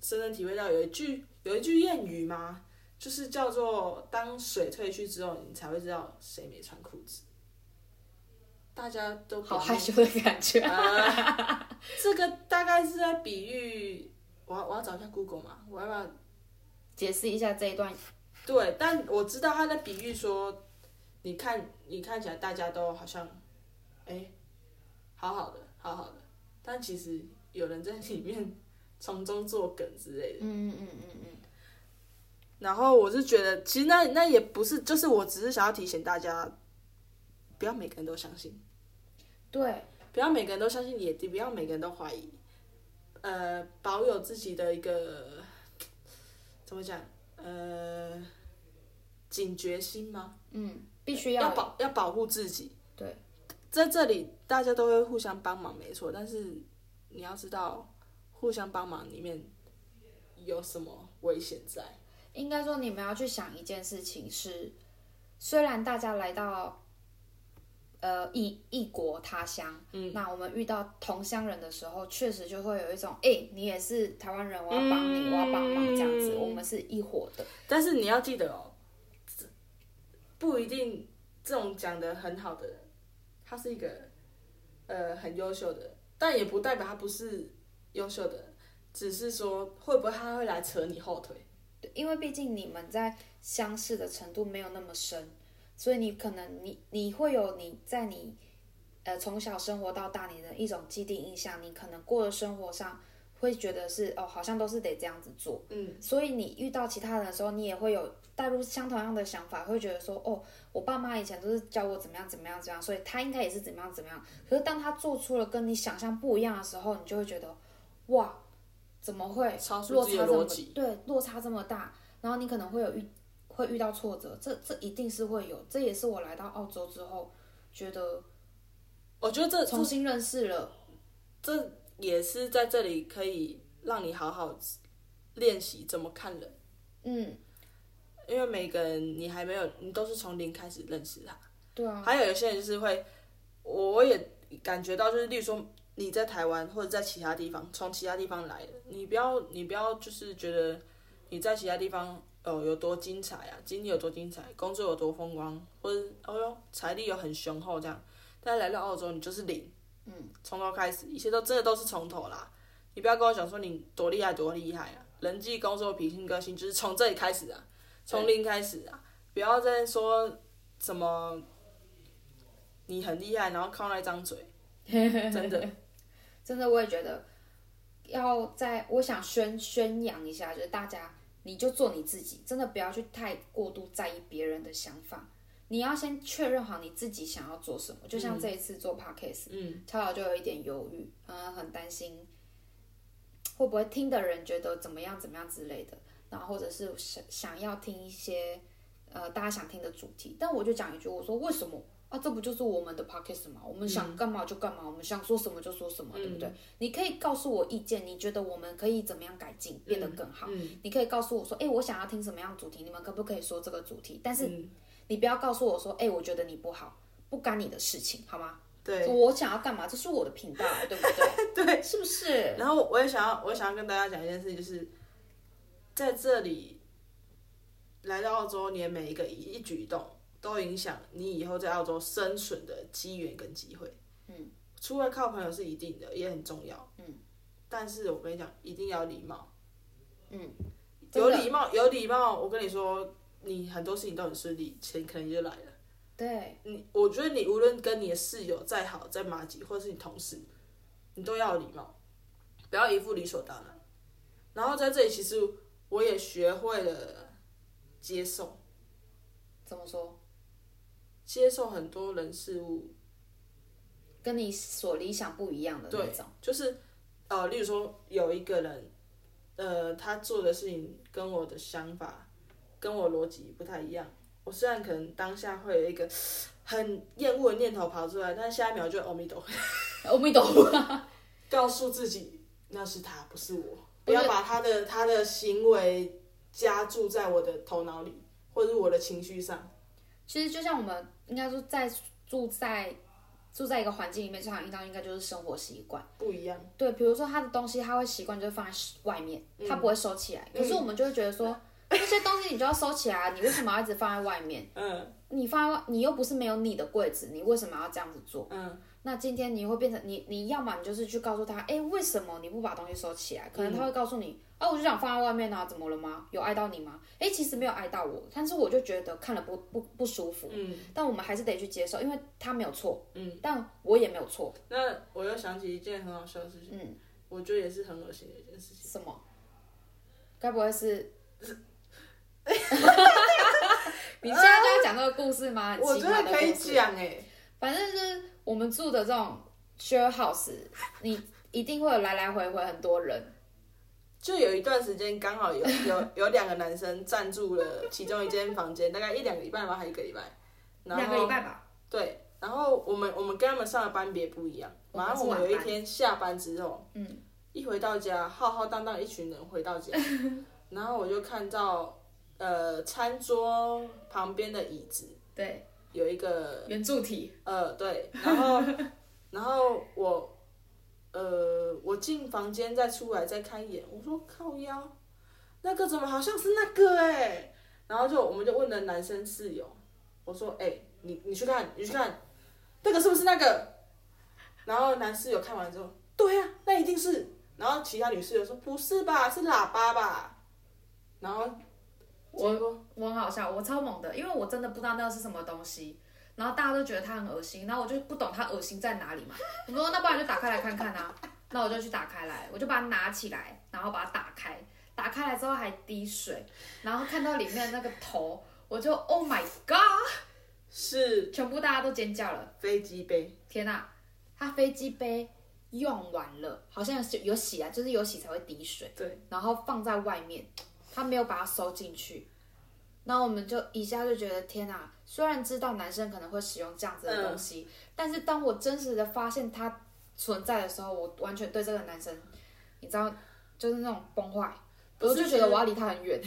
B: 深深体会到有一句有一句谚语嘛，就是叫做“当水退去之后，你才会知道谁没穿裤子”。大家都
A: 欸好
B: 表
A: 害
B: 面
A: 羞的感觉。
B: 呃这个大概是在比喻，我要我要找一下 Google 嘛，我要不要？
A: [laughs] 解释一下这一段，
B: 对，但我知道他在比喻说，你看你看起来大家都好像，哎、好好的，好好的，但其实有人在里面从中作梗之类的。
A: 嗯嗯嗯嗯嗯，
B: 然后我是觉得，其实那那也不是，就是我只是想要提醒大家，不要每个人都相信，
A: 对，
B: 不要每个人都相信，也不要每个人都怀疑，呃，保有自己的一个怎么讲，呃，警觉心吗？
A: 嗯，必须
B: 要
A: 要
B: 保要保护自己。
A: 对，
B: 在这里大家都会互相帮忙，没错。但是你要知道，互相帮忙里面有什么危险在？
A: 应该说你们要去想一件事情是，虽然大家来到呃异异国他乡，嗯，那我们遇到同乡人的时候，确实就会有一种，哎、你也是台湾人，我要帮你，
B: 嗯
A: 我要帮忙这样子，我们是一伙的，
B: 但是你要记得哦，这不一定这种讲的很好的人，他是一个呃很优秀的人，但也不代表他不是优秀的人，只是说会不会他会来扯你后腿。
A: 对，因为毕竟你们在相似的程度没有那么深，所以你可能你你会有你在你呃从小生活到大你的一种既定印象，你可能过的生活上会觉得是哦，好像都是得这样子做，
B: 嗯，
A: 所以你遇到其他人的时候，你也会有带入相同样的想法，会觉得说，哦，我爸妈以前都是教我怎么样怎么样怎么样，所以他应该也是怎么样怎么样。可是当他做出了跟你想象不一样的时候，你就会觉得，哇，怎么会
B: 超出
A: 落
B: 自己
A: 差
B: 的
A: 这么
B: 逻辑
A: 对落差这么大？然后你可能会有遇会遇到挫折，这这一定是会有，这也是我来到澳洲之后觉得
B: 我觉得这
A: 重新认识了。
B: 这也是在这里可以让你好好练习怎么看人，
A: 嗯，
B: 因为每个人你还没有，你都是从零开始认识他。
A: 对啊，
B: 还有有些人就是会，我也感觉到，就是例如说你在台湾或者在其他地方，从其他地方来的，你不要你不要就是觉得你在其他地方哦有多精彩啊，经历有多精彩，工作有多风光，或者哦哟财力有很雄厚这样，但来到澳洲你就是零，嗯，从头开始，一切都真的都是从头啦。你不要跟我讲说你多厉害多厉害啊，人际、工作、脾性、个性，就是从这里开始啊，从零开始啊，不要再说什么你很厉害，然后靠那一张
A: [laughs]
B: 嘴，真的，
A: 真的，我也觉得要在我想宣宣扬一下，就是大家你就做你自己，真的不要去太过度在意别人的想法。你要先确认好你自己想要做什么，就像这一次做 podcast，
B: 嗯，
A: 乔乔就有一点犹豫，嗯，很担心会不会听的人觉得怎么样怎么样之类的，然后或者是想想要听一些呃大家想听的主题，但我就讲一句，我说为什么啊，这不就是我们的 p o c k e t 吗？我们想干嘛就干嘛，我们想说什么就说什么，对不对？你可以告诉我意见，你觉得我们可以怎么样改进，变得更好？你可以告诉我说，哎、我想要听什么样的主题，你们可不可以说这个主题？但是
B: 嗯
A: 你不要告诉我说，哎、我觉得你不好，不干你的事情，好吗？
B: 对，
A: 我想要干嘛，这是我的频道，啊对不
B: [laughs]
A: 对？对，是不是？
B: 然后我也想要，我想要跟大家讲一件事，就是在这里来到澳洲，你的每一个一一举一动都影响你以后在澳洲生存的机缘跟机会。嗯，出外靠朋友是一定的，也很重要。嗯，但是我跟你讲，一定要礼貌。嗯，
A: 真
B: 有
A: 的
B: 礼貌，有礼貌。我跟你说，你很多事情都很顺利，钱可能就来了。
A: 对，
B: 你我觉得你无论跟你的室友再好再麻吉，或者是你同事，你都要有礼貌，不要一副理所当然。然后在这里，其实我也学会了接受，
A: 怎么说？
B: 接受很多人事物，
A: 跟你所理想不一样的那
B: 对
A: 种，，
B: 就是呃，例如说有一个人，呃，他做的事情跟我的想法跟我逻辑不太一样。我虽然可能当下会有一个很厌恶的念头跑出来，但是下一秒就哦阿弥陀
A: [laughs] 我们懂。
B: 告诉自己那是他，不是我，不
A: 我觉得
B: 要把他的他的行为加注在我的头脑里，或者是我的情绪上。
A: 其实就像我们应该说在住在住在一个环境里面，常常遇到应该就是生活习惯。
B: 不一样，
A: 对，比如说他的东西，他会习惯就是放在外面，他不会收起来。可是我们就会觉得说，这些东西你就要收起来啊，你为什么要一直放在外面？
B: 嗯，
A: 你放在外，你又不是没有你的柜子，你为什么要这样子做？
B: 嗯，
A: 那今天你会变成你，你要么你就是去告诉他，哎，为什么你不把东西收起来？可能他会告诉你，啊，我就想放在外面啊，怎么了吗？有碍到你吗？哎，其实没有碍到我，但是我就觉得看了不不不舒服，嗯，但我们还是得去接受，因为他没有错，嗯，但我也没有错，
B: 那我又想起一件很好笑的事情，嗯，我觉得也是很恶心的一件事情。
A: 什么？该不会是？
B: [laughs]
A: 你现在就要讲这个故事吗？很
B: 我
A: 奇
B: 觉
A: 葩
B: 得
A: 的
B: 可以
A: 故事。
B: 讲哎、
A: 反正就是我们住的这种 share house，你一定会有来来回回很多人。
B: 就有一段时间刚好有 [laughs] 有有两个男生占住了其中一间房间，大概一两个礼拜吧，还一个礼拜，然后
A: 两个礼拜吧，
B: 对，然后我们我们跟他们上的班别不一样，
A: 我们
B: 马上
A: 是
B: 我们有
A: 晚
B: 一
A: 班
B: 天下班之后，嗯，一回到家，浩浩荡荡一群人回到
A: [laughs]
B: 家，然后我就看到呃餐桌旁边的椅子
A: 对，
B: 有一个
A: 圆柱体，
B: 呃对，然后然后我呃我进房间再出来再看一眼，我说靠腰，那个怎么好像是那个哎、然后就我们就问了男生室友，我说哎、你你去看你去看，那个是不是那个？然后男室友看完之后，对呀、那一定是。然后其他女室友说不是吧，是喇叭吧？然后结果
A: 我很好笑，我超猛的，因为我真的不知道那是什么东西。然后大家都觉得它很恶心，然后我就不懂它恶心在哪里嘛。我说那不然就打开来看看啊，那我就去打开来，我就把它拿起来，然后把它打开，打开来之后还滴水，然后看到里面那个头，我就 Oh my God！
B: 是
A: 全部大家都尖叫了。
B: 飞机杯。
A: 天呐，他飞机杯用完了，好像是有洗啊，就是有洗才会滴水，
B: 对，
A: 然后放在外面，他没有把它收进去。然后我们就一下就觉得天呐，虽然知道男生可能会使用这样子的东西，
B: 嗯
A: 但是当我真实的发现它存在的时候，我完全对这个男生，你知道，就是那种崩坏，
B: 不
A: 我
B: 是
A: 就觉得我要离他很远。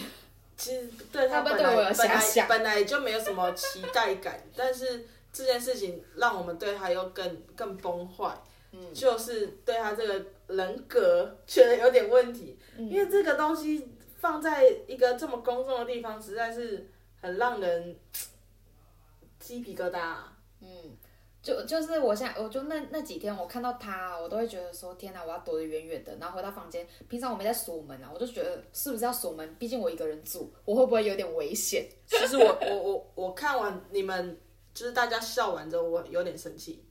B: 其实对
A: 他
B: 他本
A: 们对我
B: 来
A: 有
B: 本
A: 遐
B: 来
A: 想
B: 本来就没有什么期待感，但是这件事情让我们对他又更更崩坏，嗯，就是对他这个人格觉得有点问题，
A: 嗯
B: 因为这个东西放在一个这么公众的地方，实在是很让人鸡皮疙瘩啊、
A: 就就是我现在，我就那那几天，我看到他，啊我都会觉得说，天哪，我要躲得远远的。然后回到房间，平常我没在锁门啊，我就觉得是不是要锁门？毕竟我一个人住，我会不会有点危险？
B: 其实 [laughs] 我我我我看完你们就是大家笑完之后，我有点生气，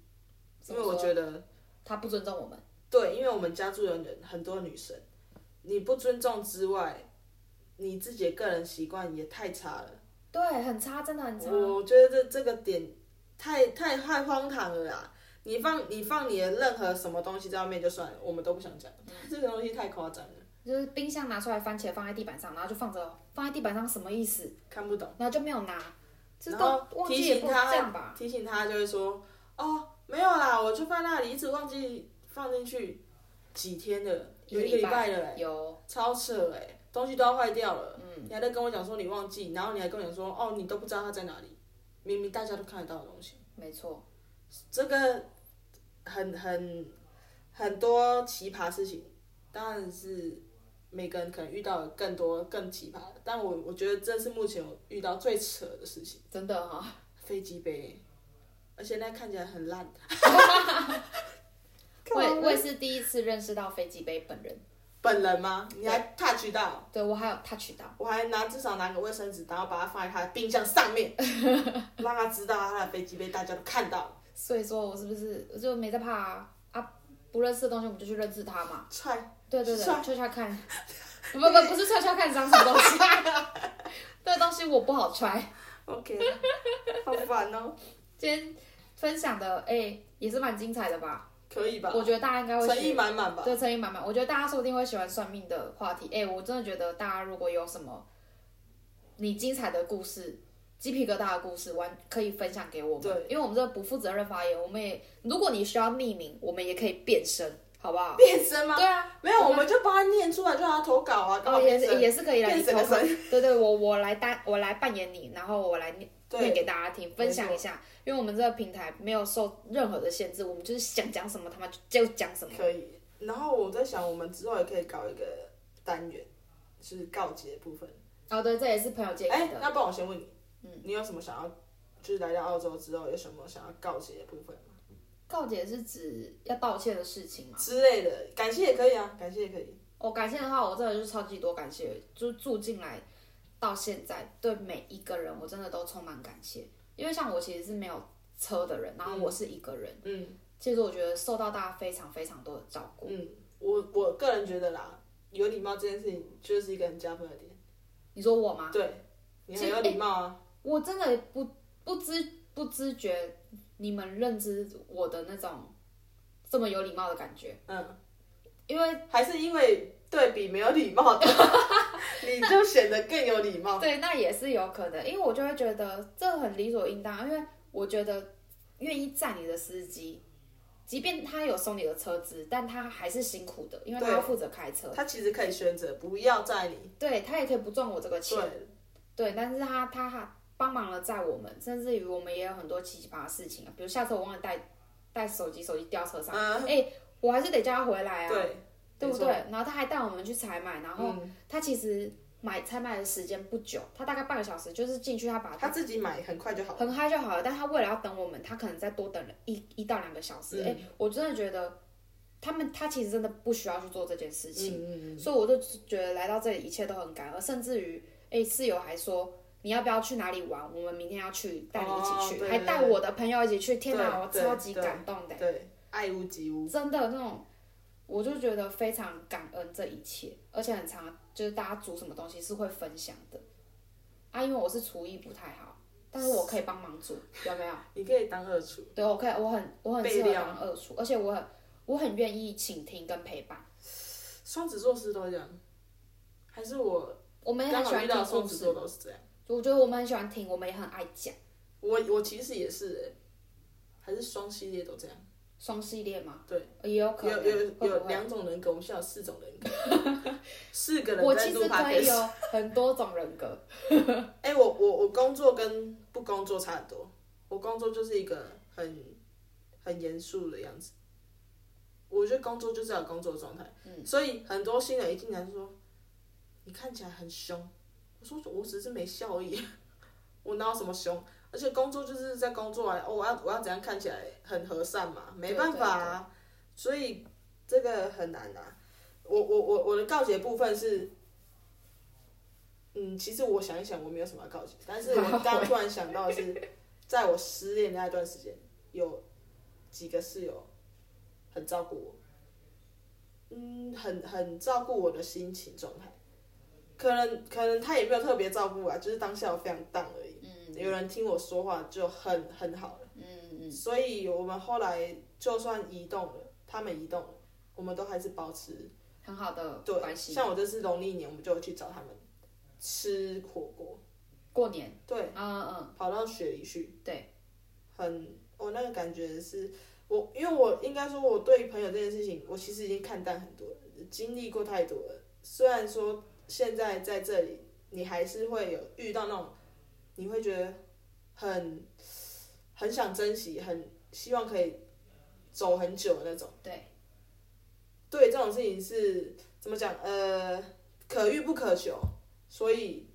B: 因为我觉得。
A: 他不尊重我们，
B: 对，因为我们家住有人很多女生，你不尊重之外，你自己的个人习惯也太差了。
A: 对，很差，真的很差。
B: 我觉得这这个点太太太荒唐了啦！你放你放你的任何什么东西在外面就算了，我们都不想讲，这个东西太夸张了，
A: 就是冰箱哦拿出来番茄放在地板上，然后就放着，放在地板上什么意思？
B: 看不懂。
A: 然后就没有拿，是
B: 然
A: 都
B: 后
A: 忘
B: 提
A: 记也
B: 醒
A: 不能这样
B: 他
A: 吧，？
B: 提醒他就会说，哦，没有啦，我就放那里，一直忘记放进去，几天了，有一个礼拜了、欸，
A: 有，
B: 超扯哎、东西都要坏掉了，嗯，你还在跟我讲说你忘记，然后你还跟我讲说，哦，你都不知道它在哪里，明明大家都看得到的东西，
A: 没错，
B: 这个很很很多奇葩事情，当然是每个人可能遇到的更多更奇葩的，但我我觉得这是目前我遇到最扯的事情。
A: 真的哈、
B: 飞机杯，而且那看起来很烂。
A: 我也我也是第一次认识到飞机杯本人，哦
B: 本人吗？你还 touch 到？
A: 对我还有 touch 到，
B: 我还拿至少拿个卫生纸，然后把它放在他的冰箱上 [laughs] 面，让他知道他的飞机杯大家都看到。
A: 所以说我是不是我就没在怕啊？啊，不认识的东西我们就去认识它嘛。
B: 踹，
A: 对对对，
B: 踹
A: 悄悄看，不不不是悄悄看长什么东西， [laughs] 这东西我不好揣。
B: OK，好烦哦。
A: 今天分享的哎、也是蛮精彩的吧？
B: 可以吧？
A: 我觉得大家应该会
B: 诚
A: 喜
B: 意满满吧？
A: 对诚意满满，我觉得大家说不定会喜欢算命的话题。哎、我真的觉得大家如果有什么你精彩的故事。鸡皮疙瘩的故事完可以分享给我们
B: 对，
A: 因为我们这不负责任发言，我们也如果你需要匿名，我们也可以变身，好不好？
B: [laughs] 变身吗？
A: 对啊，
B: 没有，我们就帮他念出来，就让他投稿啊，
A: 哦，
B: 搞好
A: 也
B: 变
A: 是
B: 身。
A: 也是可以来
B: 变
A: 投
B: 身的
A: 稿
B: 神。
A: 对对，我我来担我来扮演你，然后我来念念
B: 对，
A: 给大家听，分享一下，因为我们这个平台没有受任何的限制，我们就是想讲什么他妈就就讲什么。
B: 可以。然后我在想，我们之后也可以搞一个单元，是告解的部分。
A: 哦，对，这也是朋友建
B: 哎、
A: 议的。
B: 那不然我先问你，你有什么想要，就是来到澳洲之后有什么想要告诫的部分吗
A: 告解是指要道歉的事情吗？
B: 之类的？感谢也可以啊，感谢也可以。
A: 哦，感谢的话，我真的就是超级多感谢，就是住进来到现在，对每一个人我真的都充满感谢，因为像我其实是没有车的人，然后我是一个人，
B: 嗯
A: 其实我觉得受到大家非常非常多的照顾。
B: 嗯，我我个人觉得啦，有礼貌这件事情就是一个很加分的点。
A: 你说我吗？
B: 对，你很有礼貌啊。
A: 我真的不不知不知觉你们认知我的那种这么有礼貌的感觉， [laughs]
B: 嗯，
A: 因为
B: 还是因为对比没有礼
A: [laughs]
B: 貌的，你就显得更有礼貌。
A: 对，那也是有可能，因为我就会觉得这很理所应当，因为我觉得愿意载你的司机，即便他有收你的车资，但他还是辛苦的，因为他
B: 对
A: 要负责开车，
B: 他其实可以选择不要在你。
A: 对他也可以不赚我这个钱，
B: 对，
A: 对，但是他他还帮忙了载我们，甚至于我们也有很多七七八八的事情啊，比如下车我忘了带带手机，手机掉车上，哎、
B: 嗯，
A: 我还是得叫他回来啊。
B: 对，
A: 对不
B: 没错
A: 对？？然后他还带我们去采买，然后
B: 嗯，
A: 他其实买采买的时间不久，他大概半个小时就是进去，他把
B: 他自己买很快就好了。
A: 很嗨就好了。但他为了要等我们，他可能再多等了一一到两个小时。
B: 嗯
A: 哎、我真的觉得他们他其实真的不需要去做这件事情，
B: 嗯嗯
A: 所以我就觉得来到这里一切都很感恩，甚至于哎室友还说。你要不要去哪里玩？我们明天要去，带你一起去，
B: 哦对
A: 还
B: 对
A: 带
B: 对
A: 我的朋友一起去。天哪，
B: 对
A: 我
B: 对
A: 超级
B: 对
A: 感动的。
B: 嗯，对，爱屋及乌。
A: 真的那种，我就觉得非常感恩这一切，而且很常就是大家煮什么东西是会分享的啊，因为我是厨艺不太好，但是我可以帮忙
B: [laughs]
A: 煮，有没有？
B: 你可以当二厨，
A: 对，我可以，我很我很适合
B: 备料
A: 当二厨，而且我很我很愿意倾听跟陪伴。
B: 双子座是都这样，还是我
A: 我们也
B: 刚
A: 很喜
B: 好
A: 欢
B: 遇到
A: 听
B: 的双
A: 故
B: 子座
A: 事，
B: 都是这样。
A: 我觉得我们很喜欢听，我们也很爱讲
B: 我我其实也是、欸，还是双系列都这样。
A: 双系列嘛，
B: 对，
A: 也有可
B: 有
A: 能
B: 有
A: 会
B: 有
A: 不会？
B: 两种人格，我们现在有四种人格，
A: [laughs]
B: 四个人
A: 我
B: 在
A: 其
B: 录
A: 实
B: p o
A: 可以
B: d
A: 有 [laughs] 很多种人格，
B: 哎、我我我工作跟不工作差很多，我工作就是一个很很严肃的样子。我觉得工作就是要有工作的状态，
A: 嗯
B: 所以很多新人一进来就说：“你看起来很凶。”我说：“我只是没笑而已， [laughs] 我哪有什么凶？而且工作就是在工作啊，哦、我要我要怎样看起来很和善嘛？没办法啊，所以这个很难啊。我我我我的告解部分是，嗯，其实我想一想，我没有什么要告解，但是我
A: [laughs]
B: 刚刚突然想到的是，在我失恋的那段时间，有几个室友很照顾我，嗯，很很照顾我的心情状态。可能可能他也没有特别照顾啊，就是当下我非常淡而已。
A: 嗯
B: 有人听我说话就很很好了。
A: 嗯，
B: 所以我们后来就算移动了，他们移动了，我们都还是保持
A: 很好的
B: 对。
A: 呃关系。
B: 像我这次农历年，我们就去找他们吃火锅，
A: 过年，
B: 对，
A: 嗯嗯
B: 跑到雪梨去，
A: 对，
B: 很我那个感觉是我，因为我应该说我对朋友这件事情，我其实已经看淡很多了，经历过太多了。虽然说现在在这里，你还是会有遇到那种，你会觉得很很想珍惜，很希望可以走很久的那种。
A: 嗯，对，
B: 对这种事情是怎么讲？呃，可遇不可求，所以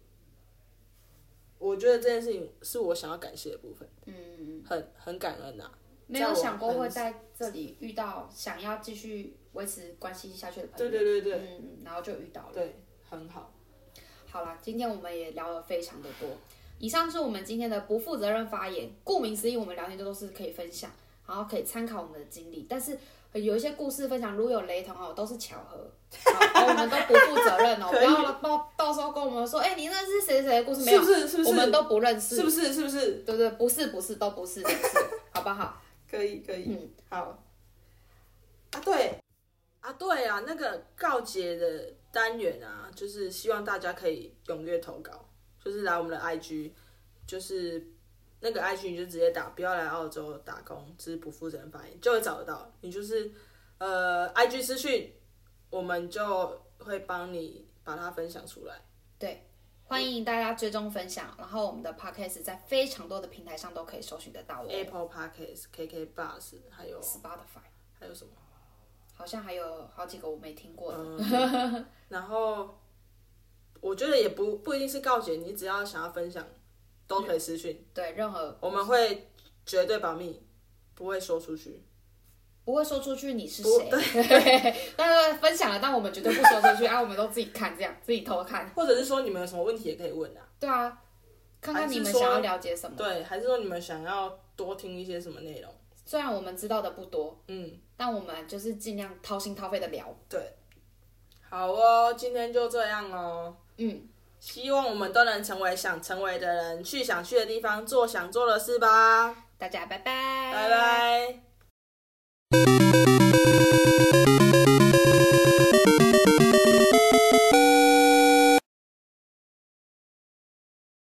B: 我觉得这件事情是我想要感谢的部分，
A: 嗯，
B: 很很感恩啊呐、
A: 没有想过会在这里遇到想要继续维持关系下去的朋
B: 对
A: 友，
B: 对对对
A: 嗯，嗯然后就遇到了。
B: 对，很好。
A: 好啦，今天我们也聊了非常的多。以上是我们今天的不负责任发言，顾名思义，我们聊天都是可以分享，然后可以参考我们的经历。但是呃有一些故事分享，如果有雷同哦，都是巧
B: [laughs]
A: 合，好哦我们都不负责任哦，不
B: 可以
A: 要到到时候跟我们说，哎、你那是谁谁的故事没
B: 是
A: 有
B: 不？是？是不是？
A: 我们都不认识，
B: 是不是？是不是？
A: 对对，不是不是都不是，不是好不好？
B: 可以，可以。
A: 嗯，
B: 好。啊，对，啊，对啊，那个告解的单元啊，就是希望大家可以踊跃投稿，就是来我们的 IG，就是那个 IG 你就直接打，不要来澳洲打工，这是不负责任发言，就会找得到。你就是呃 IG 私讯，我们就会帮你把它分享出来。
A: 欢迎大家追踪分享，然后我们的 podcast 在非常多的平台上都可以搜寻得到哦
B: Apple Podcast、KK Bus，还有
A: ，Spotify
B: 还有什么？
A: 好像还有好几个我没听过的。
B: 然后我觉得也不不一定是告解，你只要想要分享，都可以私讯，
A: 对，任何
B: 我们会绝对保密，不会说出去。
A: 不会说出去你是谁，对， [laughs] 但是分享了，但我们绝对不说出去啊，我们都自己看，这样自己偷看。
B: 或者是说你们有什么问题也可以问啊，
A: 对啊，看看你
B: 还
A: 们
B: 是说
A: 想要了解什么。
B: 对，还是说你们想要多听一些什么内容？
A: 虽然我们知道的不多，
B: 嗯，
A: 但我们就是尽量掏心掏肺的聊。
B: 对，好哦，今天就这样哦。
A: 嗯，
B: 希望我们都能成为想成为的人，去想去的地方，做想做的事吧。
A: 大家拜拜，
B: 拜拜。